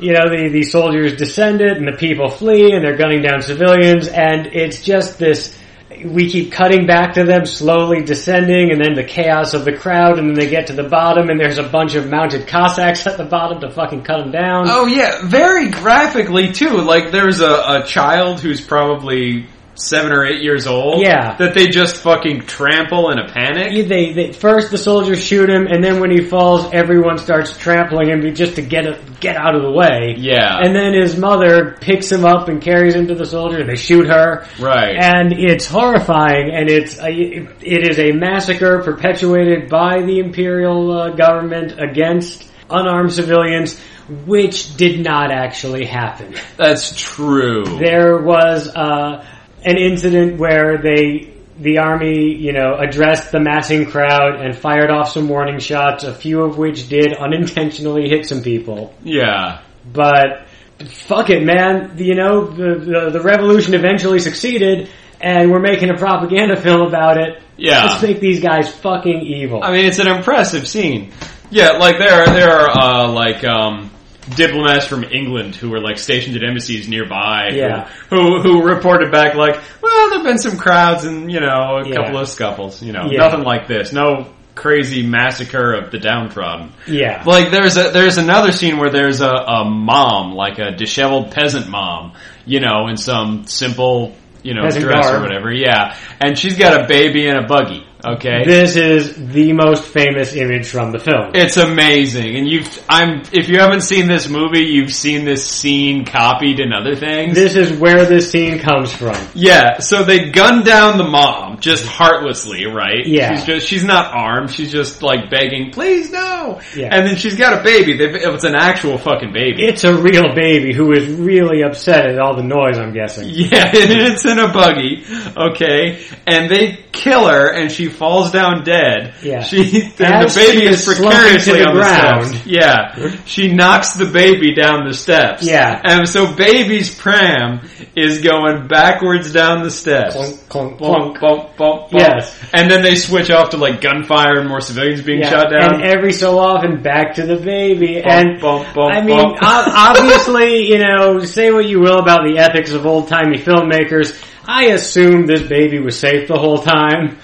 [SPEAKER 2] you know, the, the soldiers descend it and the people flee and they're gunning down civilians and it's just this, we keep cutting back to them slowly descending and then the chaos of the crowd and then they get to the bottom and there's a bunch of mounted Cossacks at the bottom to fucking cut them down.
[SPEAKER 1] Oh yeah, very graphically too. Like there's a, a child who's probably seven or eight years old.
[SPEAKER 2] Yeah.
[SPEAKER 1] That they just fucking trample in a panic.
[SPEAKER 2] You- They, they first the soldiers shoot him, and then when he falls, everyone starts trampling him just to get a, get out of the way.
[SPEAKER 1] Yeah.
[SPEAKER 2] And then his mother picks him up and carries him to the soldier, and they shoot her.
[SPEAKER 1] Right.
[SPEAKER 2] And it's horrifying, and it's a, it is a massacre perpetuated by the imperial uh, government against unarmed civilians, which did not actually happen.
[SPEAKER 1] That's true.
[SPEAKER 2] There was uh, an incident where they. The army, you know, addressed the massing crowd and fired off some warning shots, a few of which did unintentionally hit some people.
[SPEAKER 1] yeah.
[SPEAKER 2] But fuck it, man. You know, the, the, the revolution eventually succeeded, and we're making a propaganda film about it.
[SPEAKER 1] Yeah.
[SPEAKER 2] Let's make these guys fucking evil.
[SPEAKER 1] I mean, it's an impressive scene. Yeah, like there are there are uh, like um, diplomats from England who were like stationed at embassies nearby. who-
[SPEAKER 2] Yeah.
[SPEAKER 1] Who, who reported back like, well, there've been some crowds and you know a
[SPEAKER 2] Yeah.
[SPEAKER 1] couple of scuffles. You know,
[SPEAKER 2] Yeah.
[SPEAKER 1] nothing like this. No crazy massacre of the downtrodden.
[SPEAKER 2] yeah.
[SPEAKER 1] Like there's a there's another scene where there's a, a mom, like a disheveled peasant mom, you know, in some simple you know
[SPEAKER 2] Peasant
[SPEAKER 1] dress
[SPEAKER 2] garb.
[SPEAKER 1] or whatever. Yeah, and she's got a baby in a buggy. Okay,
[SPEAKER 2] this is the most famous image from the film.
[SPEAKER 1] it's amazing, and you've I'm if you haven't seen this movie, you've seen this scene copied in other things.
[SPEAKER 2] This is where this scene comes from.
[SPEAKER 1] yeah, so they gun down the mom just heartlessly, right?
[SPEAKER 2] Yeah.
[SPEAKER 1] she's just she's not armed. She's just like begging, please no.
[SPEAKER 2] Yeah.
[SPEAKER 1] and then she's got a baby. They've, it's an actual fucking baby.
[SPEAKER 2] It's a real baby who is really upset at all the noise, I'm guessing.
[SPEAKER 1] yeah, and it's in a buggy, okay, and they kill her, and she falls down dead.
[SPEAKER 2] Yeah.
[SPEAKER 1] she and
[SPEAKER 2] As
[SPEAKER 1] the baby
[SPEAKER 2] she
[SPEAKER 1] is
[SPEAKER 2] is slumping to
[SPEAKER 1] precariously
[SPEAKER 2] the
[SPEAKER 1] on the
[SPEAKER 2] ground.
[SPEAKER 1] steps. Yeah, she knocks the baby down the steps.
[SPEAKER 2] Yeah.
[SPEAKER 1] and so baby's pram is going backwards down the steps.
[SPEAKER 2] Clunk,
[SPEAKER 1] Bump,
[SPEAKER 2] clunk, clunk.
[SPEAKER 1] bump, bump, bump.
[SPEAKER 2] Yes.
[SPEAKER 1] And then they switch off to like gunfire and more civilians being
[SPEAKER 2] Yeah.
[SPEAKER 1] shot down.
[SPEAKER 2] And every so often, back to the baby.
[SPEAKER 1] Bump,
[SPEAKER 2] and
[SPEAKER 1] bump, bump,
[SPEAKER 2] I mean,
[SPEAKER 1] bump.
[SPEAKER 2] ob- obviously, you know, say what you will about the ethics of old timey filmmakers. I assume this baby was safe the whole time.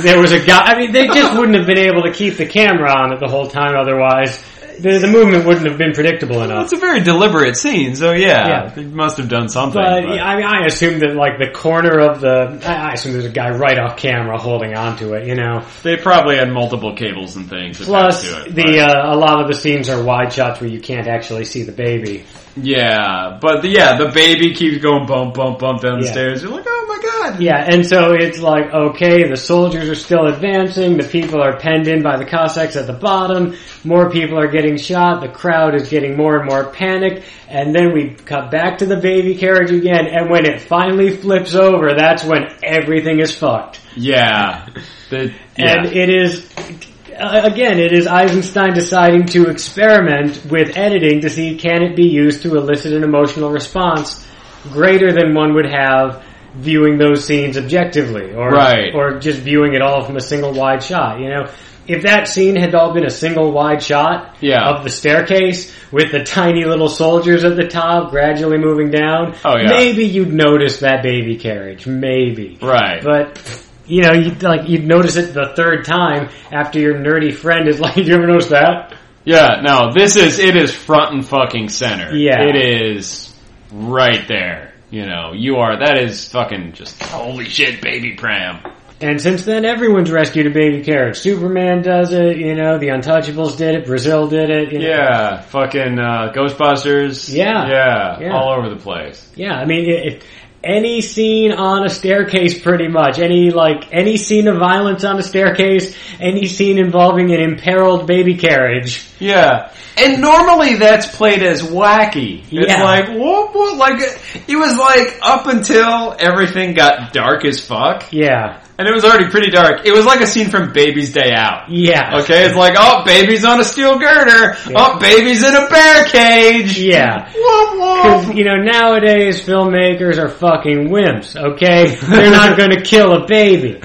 [SPEAKER 2] There was a guy. I mean, they just wouldn't have been able to keep the camera on it the whole time otherwise. The, the movement wouldn't have been predictable enough.
[SPEAKER 1] it's a very deliberate scene, so yeah,
[SPEAKER 2] Yeah.
[SPEAKER 1] they must have done something.
[SPEAKER 2] But
[SPEAKER 1] but-
[SPEAKER 2] yeah, I mean, I assume that like the corner of the, I I assume there's a guy right off camera holding onto it, you know.
[SPEAKER 1] They probably had multiple cables and things.
[SPEAKER 2] Plus,
[SPEAKER 1] attached to it,
[SPEAKER 2] the uh, a lot of the scenes are wide shots where you can't actually see the baby.
[SPEAKER 1] but- yeah, but the, yeah, the baby keeps going bump, bump, bump down the
[SPEAKER 2] Yeah.
[SPEAKER 1] stairs. You're like, oh my god,
[SPEAKER 2] Yeah, and so it's like, okay, the soldiers are still advancing, the people are penned in by the Cossacks at the bottom, more people are getting shot, the crowd is getting more and more panicked, and then we cut back to the baby carriage again, and when it finally flips over, that's when everything is fucked.
[SPEAKER 1] yeah, the,
[SPEAKER 2] And
[SPEAKER 1] yeah.
[SPEAKER 2] it is, uh, again, it is Eisenstein deciding to experiment with editing to see can it be used to elicit an emotional response greater than one would have viewing those scenes objectively, or
[SPEAKER 1] Right.
[SPEAKER 2] or just viewing it all from a single wide shot. You know, if that scene had all been a single wide shot
[SPEAKER 1] Yeah.
[SPEAKER 2] of the staircase with the tiny little soldiers at the top gradually moving down,
[SPEAKER 1] Oh, yeah.
[SPEAKER 2] maybe you'd notice that baby carriage, maybe,
[SPEAKER 1] right,
[SPEAKER 2] but you know, you like you'd notice it the third time after your nerdy friend is like, "You ever notice that?"
[SPEAKER 1] yeah. No, this is it is front and fucking center.
[SPEAKER 2] Yeah.
[SPEAKER 1] it is right there. You know, you are that is fucking just holy shit, baby pram.
[SPEAKER 2] And since then, everyone's rescued a baby carriage. Superman does it. You know, the Untouchables did it. Brazil did it. you know.
[SPEAKER 1] Yeah, fucking uh, Ghostbusters.
[SPEAKER 2] Yeah.
[SPEAKER 1] yeah,
[SPEAKER 2] Yeah.
[SPEAKER 1] all over the place.
[SPEAKER 2] yeah. I mean, it, it, any scene on a staircase, pretty much any like any scene of violence on a staircase, any scene involving an imperiled baby carriage.
[SPEAKER 1] Yeah, and normally that's played as wacky. It's
[SPEAKER 2] Yeah.
[SPEAKER 1] like whoop, whoop, like it was like up until everything got dark as fuck,
[SPEAKER 2] Yeah,
[SPEAKER 1] and it was already pretty dark. It was like a scene from Baby's Day Out.
[SPEAKER 2] yeah,
[SPEAKER 1] Okay, it's like oh, baby's on a steel girder. Oh, baby's in a bear cage.
[SPEAKER 2] yeah.
[SPEAKER 1] Whoop,
[SPEAKER 2] Because,
[SPEAKER 1] whoop.
[SPEAKER 2] you know, nowadays filmmakers are fucking wimps, okay? They're not gonna kill a baby.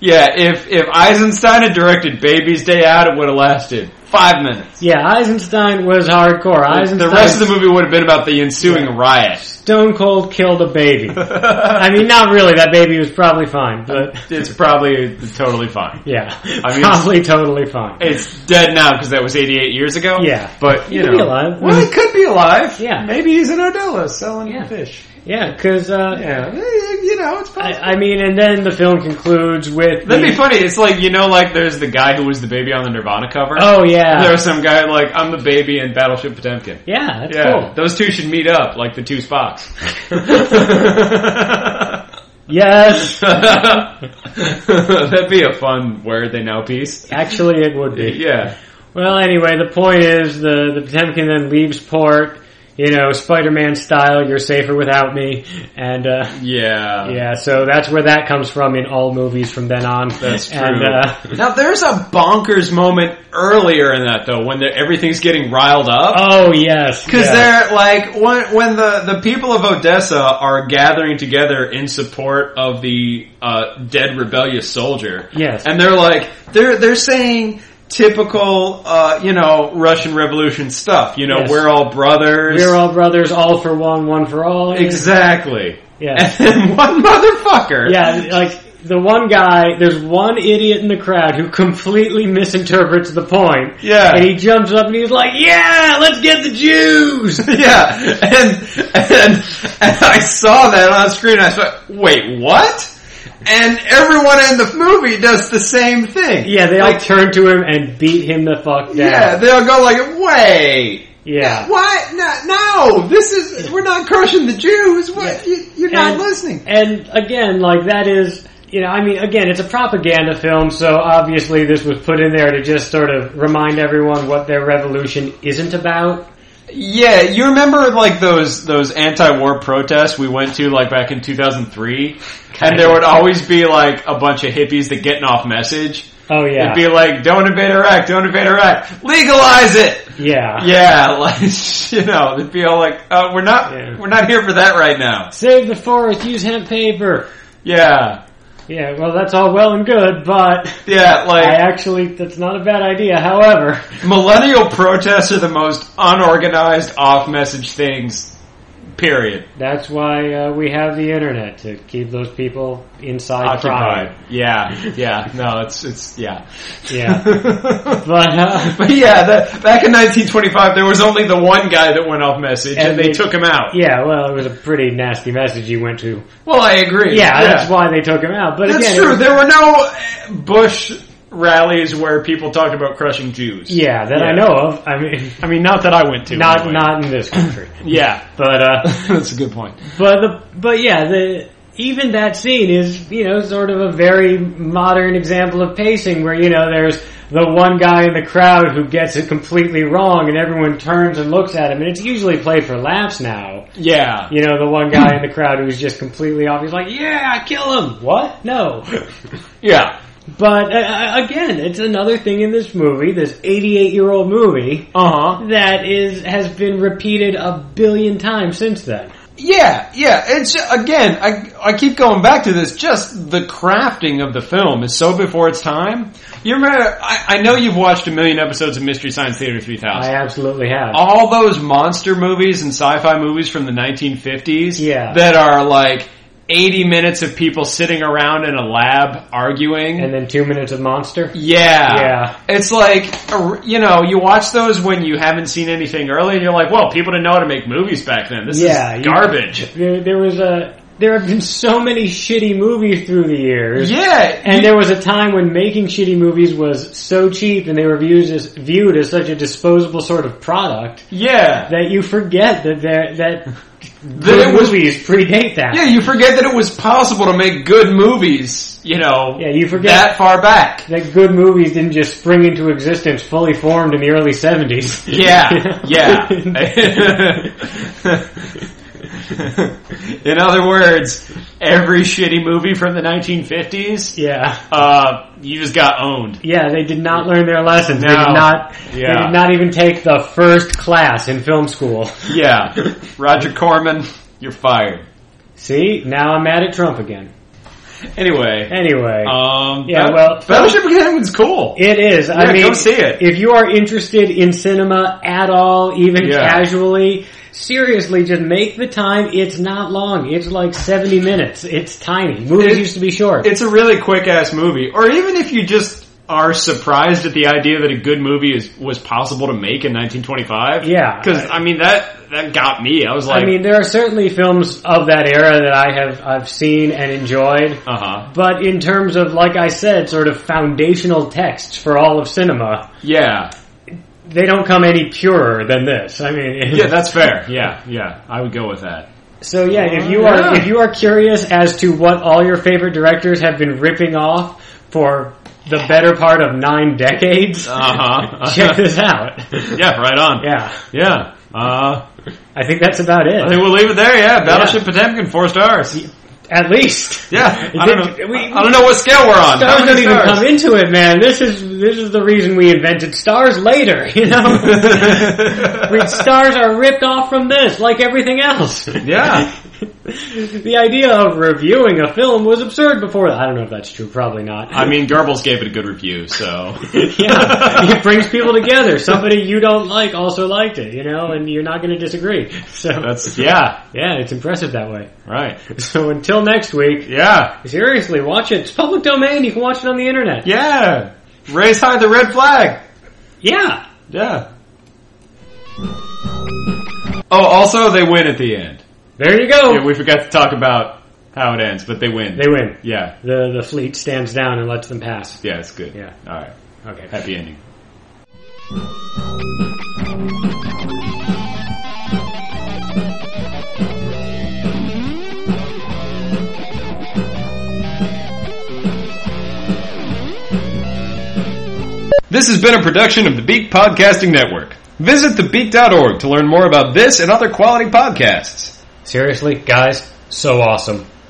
[SPEAKER 1] Yeah, if if Eisenstein had directed Baby's Day Out, it would have lasted five minutes.
[SPEAKER 2] Yeah, Eisenstein was hardcore. Eisenstein
[SPEAKER 1] The rest of the movie would have been about the ensuing riot.
[SPEAKER 2] Stone Cold killed a baby. I mean, not really, that baby was probably fine, but,
[SPEAKER 1] it's probably totally fine.
[SPEAKER 2] yeah.
[SPEAKER 1] I mean-
[SPEAKER 2] probably totally fine.
[SPEAKER 1] It's dead now because that was 88 years ago.
[SPEAKER 2] Yeah.
[SPEAKER 1] But, you
[SPEAKER 2] He could
[SPEAKER 1] know.
[SPEAKER 2] be alive.
[SPEAKER 1] Well, he could be alive.
[SPEAKER 2] Yeah.
[SPEAKER 1] Maybe he's in Odella selling
[SPEAKER 2] Yeah.
[SPEAKER 1] fish.
[SPEAKER 2] Yeah, because uh,
[SPEAKER 1] Yeah, eh, you know, it's possible.
[SPEAKER 2] I, I mean, and then the film concludes with
[SPEAKER 1] That'd
[SPEAKER 2] the-
[SPEAKER 1] be funny. It's like you know, like there's the guy who was the baby on the Nirvana cover.
[SPEAKER 2] oh yeah,
[SPEAKER 1] There was some guy like I'm the baby in Battleship Potemkin.
[SPEAKER 2] yeah, that's
[SPEAKER 1] yeah,
[SPEAKER 2] cool.
[SPEAKER 1] those two should meet up like the two Spocks.
[SPEAKER 2] Yes,
[SPEAKER 1] That'd be a fun where are they now piece.
[SPEAKER 2] actually, it would be.
[SPEAKER 1] Yeah,
[SPEAKER 2] Well, anyway, the point is the the Potemkin then leaves port. You know, Spider-Man style. You're safer without me. And uh,
[SPEAKER 1] yeah,
[SPEAKER 2] yeah, so that's where that comes from in all movies from then on.
[SPEAKER 1] That's true.
[SPEAKER 2] And, uh,
[SPEAKER 1] now there's a bonkers moment earlier in that though when they're- everything's getting riled up.
[SPEAKER 2] oh yes,
[SPEAKER 1] Because
[SPEAKER 2] yes.
[SPEAKER 1] they're like when when the the people of Odessa are gathering together in support of the uh, dead rebellious soldier.
[SPEAKER 2] Yes.
[SPEAKER 1] and they're like they're they're saying typical uh, you know Russian Revolution stuff. You know
[SPEAKER 2] Yes.
[SPEAKER 1] we're all brothers.
[SPEAKER 2] we're all brothers, all for one, one for all.
[SPEAKER 1] exactly.
[SPEAKER 2] Yeah.
[SPEAKER 1] And then one motherfucker.
[SPEAKER 2] Yeah, like the one guy, there's one idiot in the crowd who completely misinterprets the point.
[SPEAKER 1] Yeah.
[SPEAKER 2] And he jumps up and he's like, yeah, let's get the Jews!
[SPEAKER 1] Yeah, and, and and I saw that on screen. And I thought, wait, what? And everyone in the movie does the same thing.
[SPEAKER 2] Yeah, they all
[SPEAKER 1] like,
[SPEAKER 2] turn to him and beat him the fuck down.
[SPEAKER 1] yeah, they'll go like, wait,
[SPEAKER 2] Yeah.
[SPEAKER 1] what? No, no, this is we're not crushing the Jews. What?
[SPEAKER 2] Yeah.
[SPEAKER 1] You, you're not
[SPEAKER 2] And-
[SPEAKER 1] listening.
[SPEAKER 2] And again, like that is, you know, I mean, again, it's a propaganda film, so obviously this was put in there to just sort of remind everyone what their revolution isn't about.
[SPEAKER 1] Yeah, you remember like those those anti-war protests we went to like back in 2003, and there would always be like a bunch of hippies that getting off message.
[SPEAKER 2] Oh yeah.
[SPEAKER 1] It'd be like, don't invade Iraq, don't invade Iraq, legalize it.
[SPEAKER 2] yeah.
[SPEAKER 1] Yeah, like you know, they'd be all like, uh, we're not,
[SPEAKER 2] Yeah.
[SPEAKER 1] we're not here for that right now.
[SPEAKER 2] Save the forest, use hemp paper.
[SPEAKER 1] Yeah,
[SPEAKER 2] Yeah, well, that's all well and good, but
[SPEAKER 1] yeah,
[SPEAKER 2] I
[SPEAKER 1] like
[SPEAKER 2] actually, that's not a bad idea. However,
[SPEAKER 1] millennial protests are the most unorganized, off-message things. Period.
[SPEAKER 2] that's why uh, we have the internet to keep those people inside
[SPEAKER 1] Occupied.
[SPEAKER 2] crying.
[SPEAKER 1] Yeah, yeah. No, it's it's yeah.
[SPEAKER 2] Yeah.
[SPEAKER 1] but
[SPEAKER 2] But, uh,
[SPEAKER 1] yeah, that, back in 1925, there was only the one guy that went off message, and,
[SPEAKER 2] And
[SPEAKER 1] they,
[SPEAKER 2] they-
[SPEAKER 1] took him out.
[SPEAKER 2] yeah, well, it was a pretty nasty message you went to.
[SPEAKER 1] Well, I agree.
[SPEAKER 2] Yeah, that's why they took him out. But
[SPEAKER 1] That's
[SPEAKER 2] again,
[SPEAKER 1] true. There were no uh, Bush rallies where people talked about crushing Jews.
[SPEAKER 2] yeah, that I
[SPEAKER 1] Yeah.
[SPEAKER 2] know of. I mean,
[SPEAKER 1] I mean, not that I went to.
[SPEAKER 2] not
[SPEAKER 1] anyway.
[SPEAKER 2] not in this country.
[SPEAKER 1] Yeah,
[SPEAKER 2] But uh,
[SPEAKER 1] that's a good point.
[SPEAKER 2] But the but yeah, the even that scene is you know sort of a very modern example of pacing where you know there's the one guy in the crowd who gets it completely wrong and everyone turns and looks at him and it's usually played for laughs now.
[SPEAKER 1] Yeah,
[SPEAKER 2] You know the one guy in the crowd who's just completely off. He's like, "Yeah, kill him." What? No.
[SPEAKER 1] yeah.
[SPEAKER 2] But uh, uh, again, it's another thing in this movie, this 88-year-old movie
[SPEAKER 1] Uh huh.
[SPEAKER 2] that is has been repeated a billion times since then.
[SPEAKER 1] Yeah, yeah. It's again. I I keep going back to this. Just the crafting of the film is so before its time. You remember? I, I know you've watched a million episodes of Mystery Science Theater three
[SPEAKER 2] I
[SPEAKER 1] thousand.
[SPEAKER 2] absolutely have.
[SPEAKER 1] All those monster movies and sci-fi movies from the nineteen fifties.
[SPEAKER 2] Yeah.
[SPEAKER 1] That are like. 80 minutes of people sitting around in a lab arguing.
[SPEAKER 2] and then two minutes of monster.
[SPEAKER 1] Yeah.
[SPEAKER 2] Yeah.
[SPEAKER 1] It's like, a- you know, you watch those when you haven't seen anything early and you're like, well, people didn't know how to make movies back then. This
[SPEAKER 2] Yeah,
[SPEAKER 1] is
[SPEAKER 2] you-
[SPEAKER 1] garbage.
[SPEAKER 2] There, there was a there have been so many shitty movies through the years.
[SPEAKER 1] Yeah.
[SPEAKER 2] And
[SPEAKER 1] you-
[SPEAKER 2] there was a time when making shitty movies was so cheap and they were viewed as, viewed as such a disposable sort of product
[SPEAKER 1] yeah.
[SPEAKER 2] that you forget that there, that
[SPEAKER 1] That it
[SPEAKER 2] good
[SPEAKER 1] was,
[SPEAKER 2] movies predate that.
[SPEAKER 1] yeah, you forget that it was possible to make good movies, you know,
[SPEAKER 2] Yeah, you forget
[SPEAKER 1] that far back.
[SPEAKER 2] that good movies didn't just spring into existence fully formed in the early 70s.
[SPEAKER 1] Yeah. Yeah. In other words, every shitty movie from the 1950s,
[SPEAKER 2] yeah.
[SPEAKER 1] uh, you just got owned.
[SPEAKER 2] Yeah, they did not learn their lessons. They
[SPEAKER 1] No.
[SPEAKER 2] did not. They
[SPEAKER 1] Yeah.
[SPEAKER 2] did not even take the first class in film school.
[SPEAKER 1] Yeah. Roger Corman, you're fired.
[SPEAKER 2] See, now I'm mad at Trump again.
[SPEAKER 1] Anyway,
[SPEAKER 2] Anyway,
[SPEAKER 1] um,
[SPEAKER 2] Yeah,
[SPEAKER 1] Bat-
[SPEAKER 2] well-
[SPEAKER 1] Battleship Potemkin's cool.
[SPEAKER 2] it is.
[SPEAKER 1] yeah,
[SPEAKER 2] I mean,
[SPEAKER 1] go see it.
[SPEAKER 2] If you are interested in cinema at all, even
[SPEAKER 1] Yeah.
[SPEAKER 2] casually, seriously, just make the time. It's not long. It's like 70 minutes. It's tiny. Movies
[SPEAKER 1] It-
[SPEAKER 2] used to be short.
[SPEAKER 1] It's a really quick ass movie. Or even if you just are surprised at the idea that a good movie is was possible to make in 1925.
[SPEAKER 2] Yeah.
[SPEAKER 1] because I mean that that got me. I was like,
[SPEAKER 2] I mean, there are certainly films of that era that I have I've seen and enjoyed.
[SPEAKER 1] uh huh,
[SPEAKER 2] But in terms of, like I said, sort of foundational texts for all of cinema,
[SPEAKER 1] yeah,
[SPEAKER 2] they don't come any purer than this. I mean,
[SPEAKER 1] yeah, that's fair. Yeah, yeah, I would go with that.
[SPEAKER 2] so yeah, if you are
[SPEAKER 1] Yeah.
[SPEAKER 2] if you are curious as to what all your favorite directors have been ripping off for the better part of nine decades,
[SPEAKER 1] Uh huh.
[SPEAKER 2] check this out.
[SPEAKER 1] yeah, right on.
[SPEAKER 2] yeah,
[SPEAKER 1] yeah. Uh,
[SPEAKER 2] I think that's about
[SPEAKER 1] I
[SPEAKER 2] it.
[SPEAKER 1] think we'll leave it there. Yeah, Battleship Potemkin, four stars.
[SPEAKER 2] At least.
[SPEAKER 1] Yeah, I
[SPEAKER 2] Did-
[SPEAKER 1] don't know.
[SPEAKER 2] we-
[SPEAKER 1] I don't know what scale we're on.
[SPEAKER 2] Stars
[SPEAKER 1] How
[SPEAKER 2] don't
[SPEAKER 1] many
[SPEAKER 2] even
[SPEAKER 1] Uh, stars?
[SPEAKER 2] come into it, man. This is this is the reason we invented stars later. You know, we, stars are ripped off from this, like everything else.
[SPEAKER 1] yeah,
[SPEAKER 2] the idea of reviewing a film was absurd before. I don't know if that's true. Probably not.
[SPEAKER 1] I mean, Goebbels gave it a good review, so
[SPEAKER 2] yeah, it brings people together. Somebody you don't like also liked it, you know, and you're not going to disagree. So
[SPEAKER 1] that's yeah,
[SPEAKER 2] yeah, it's impressive that way.
[SPEAKER 1] right.
[SPEAKER 2] So until next week,
[SPEAKER 1] Yeah,
[SPEAKER 2] seriously, watch it. It's public domain. You can watch it on the internet.
[SPEAKER 1] yeah. Raise high the red flag.
[SPEAKER 2] Yeah.
[SPEAKER 1] Yeah. Oh, also they win at the end.
[SPEAKER 2] There you go.
[SPEAKER 1] Yeah, we forgot to talk about how it ends, but they win.
[SPEAKER 2] Oh. they win.
[SPEAKER 1] yeah,
[SPEAKER 2] The the fleet stands down and lets them pass.
[SPEAKER 1] yeah, it's good.
[SPEAKER 2] Yeah.
[SPEAKER 1] All right.
[SPEAKER 2] Okay.
[SPEAKER 1] Happy ending. This has been a production of the Beak Podcasting Network. Visit thebeak.org to learn more about this and other quality podcasts.
[SPEAKER 2] Seriously, guys, so awesome.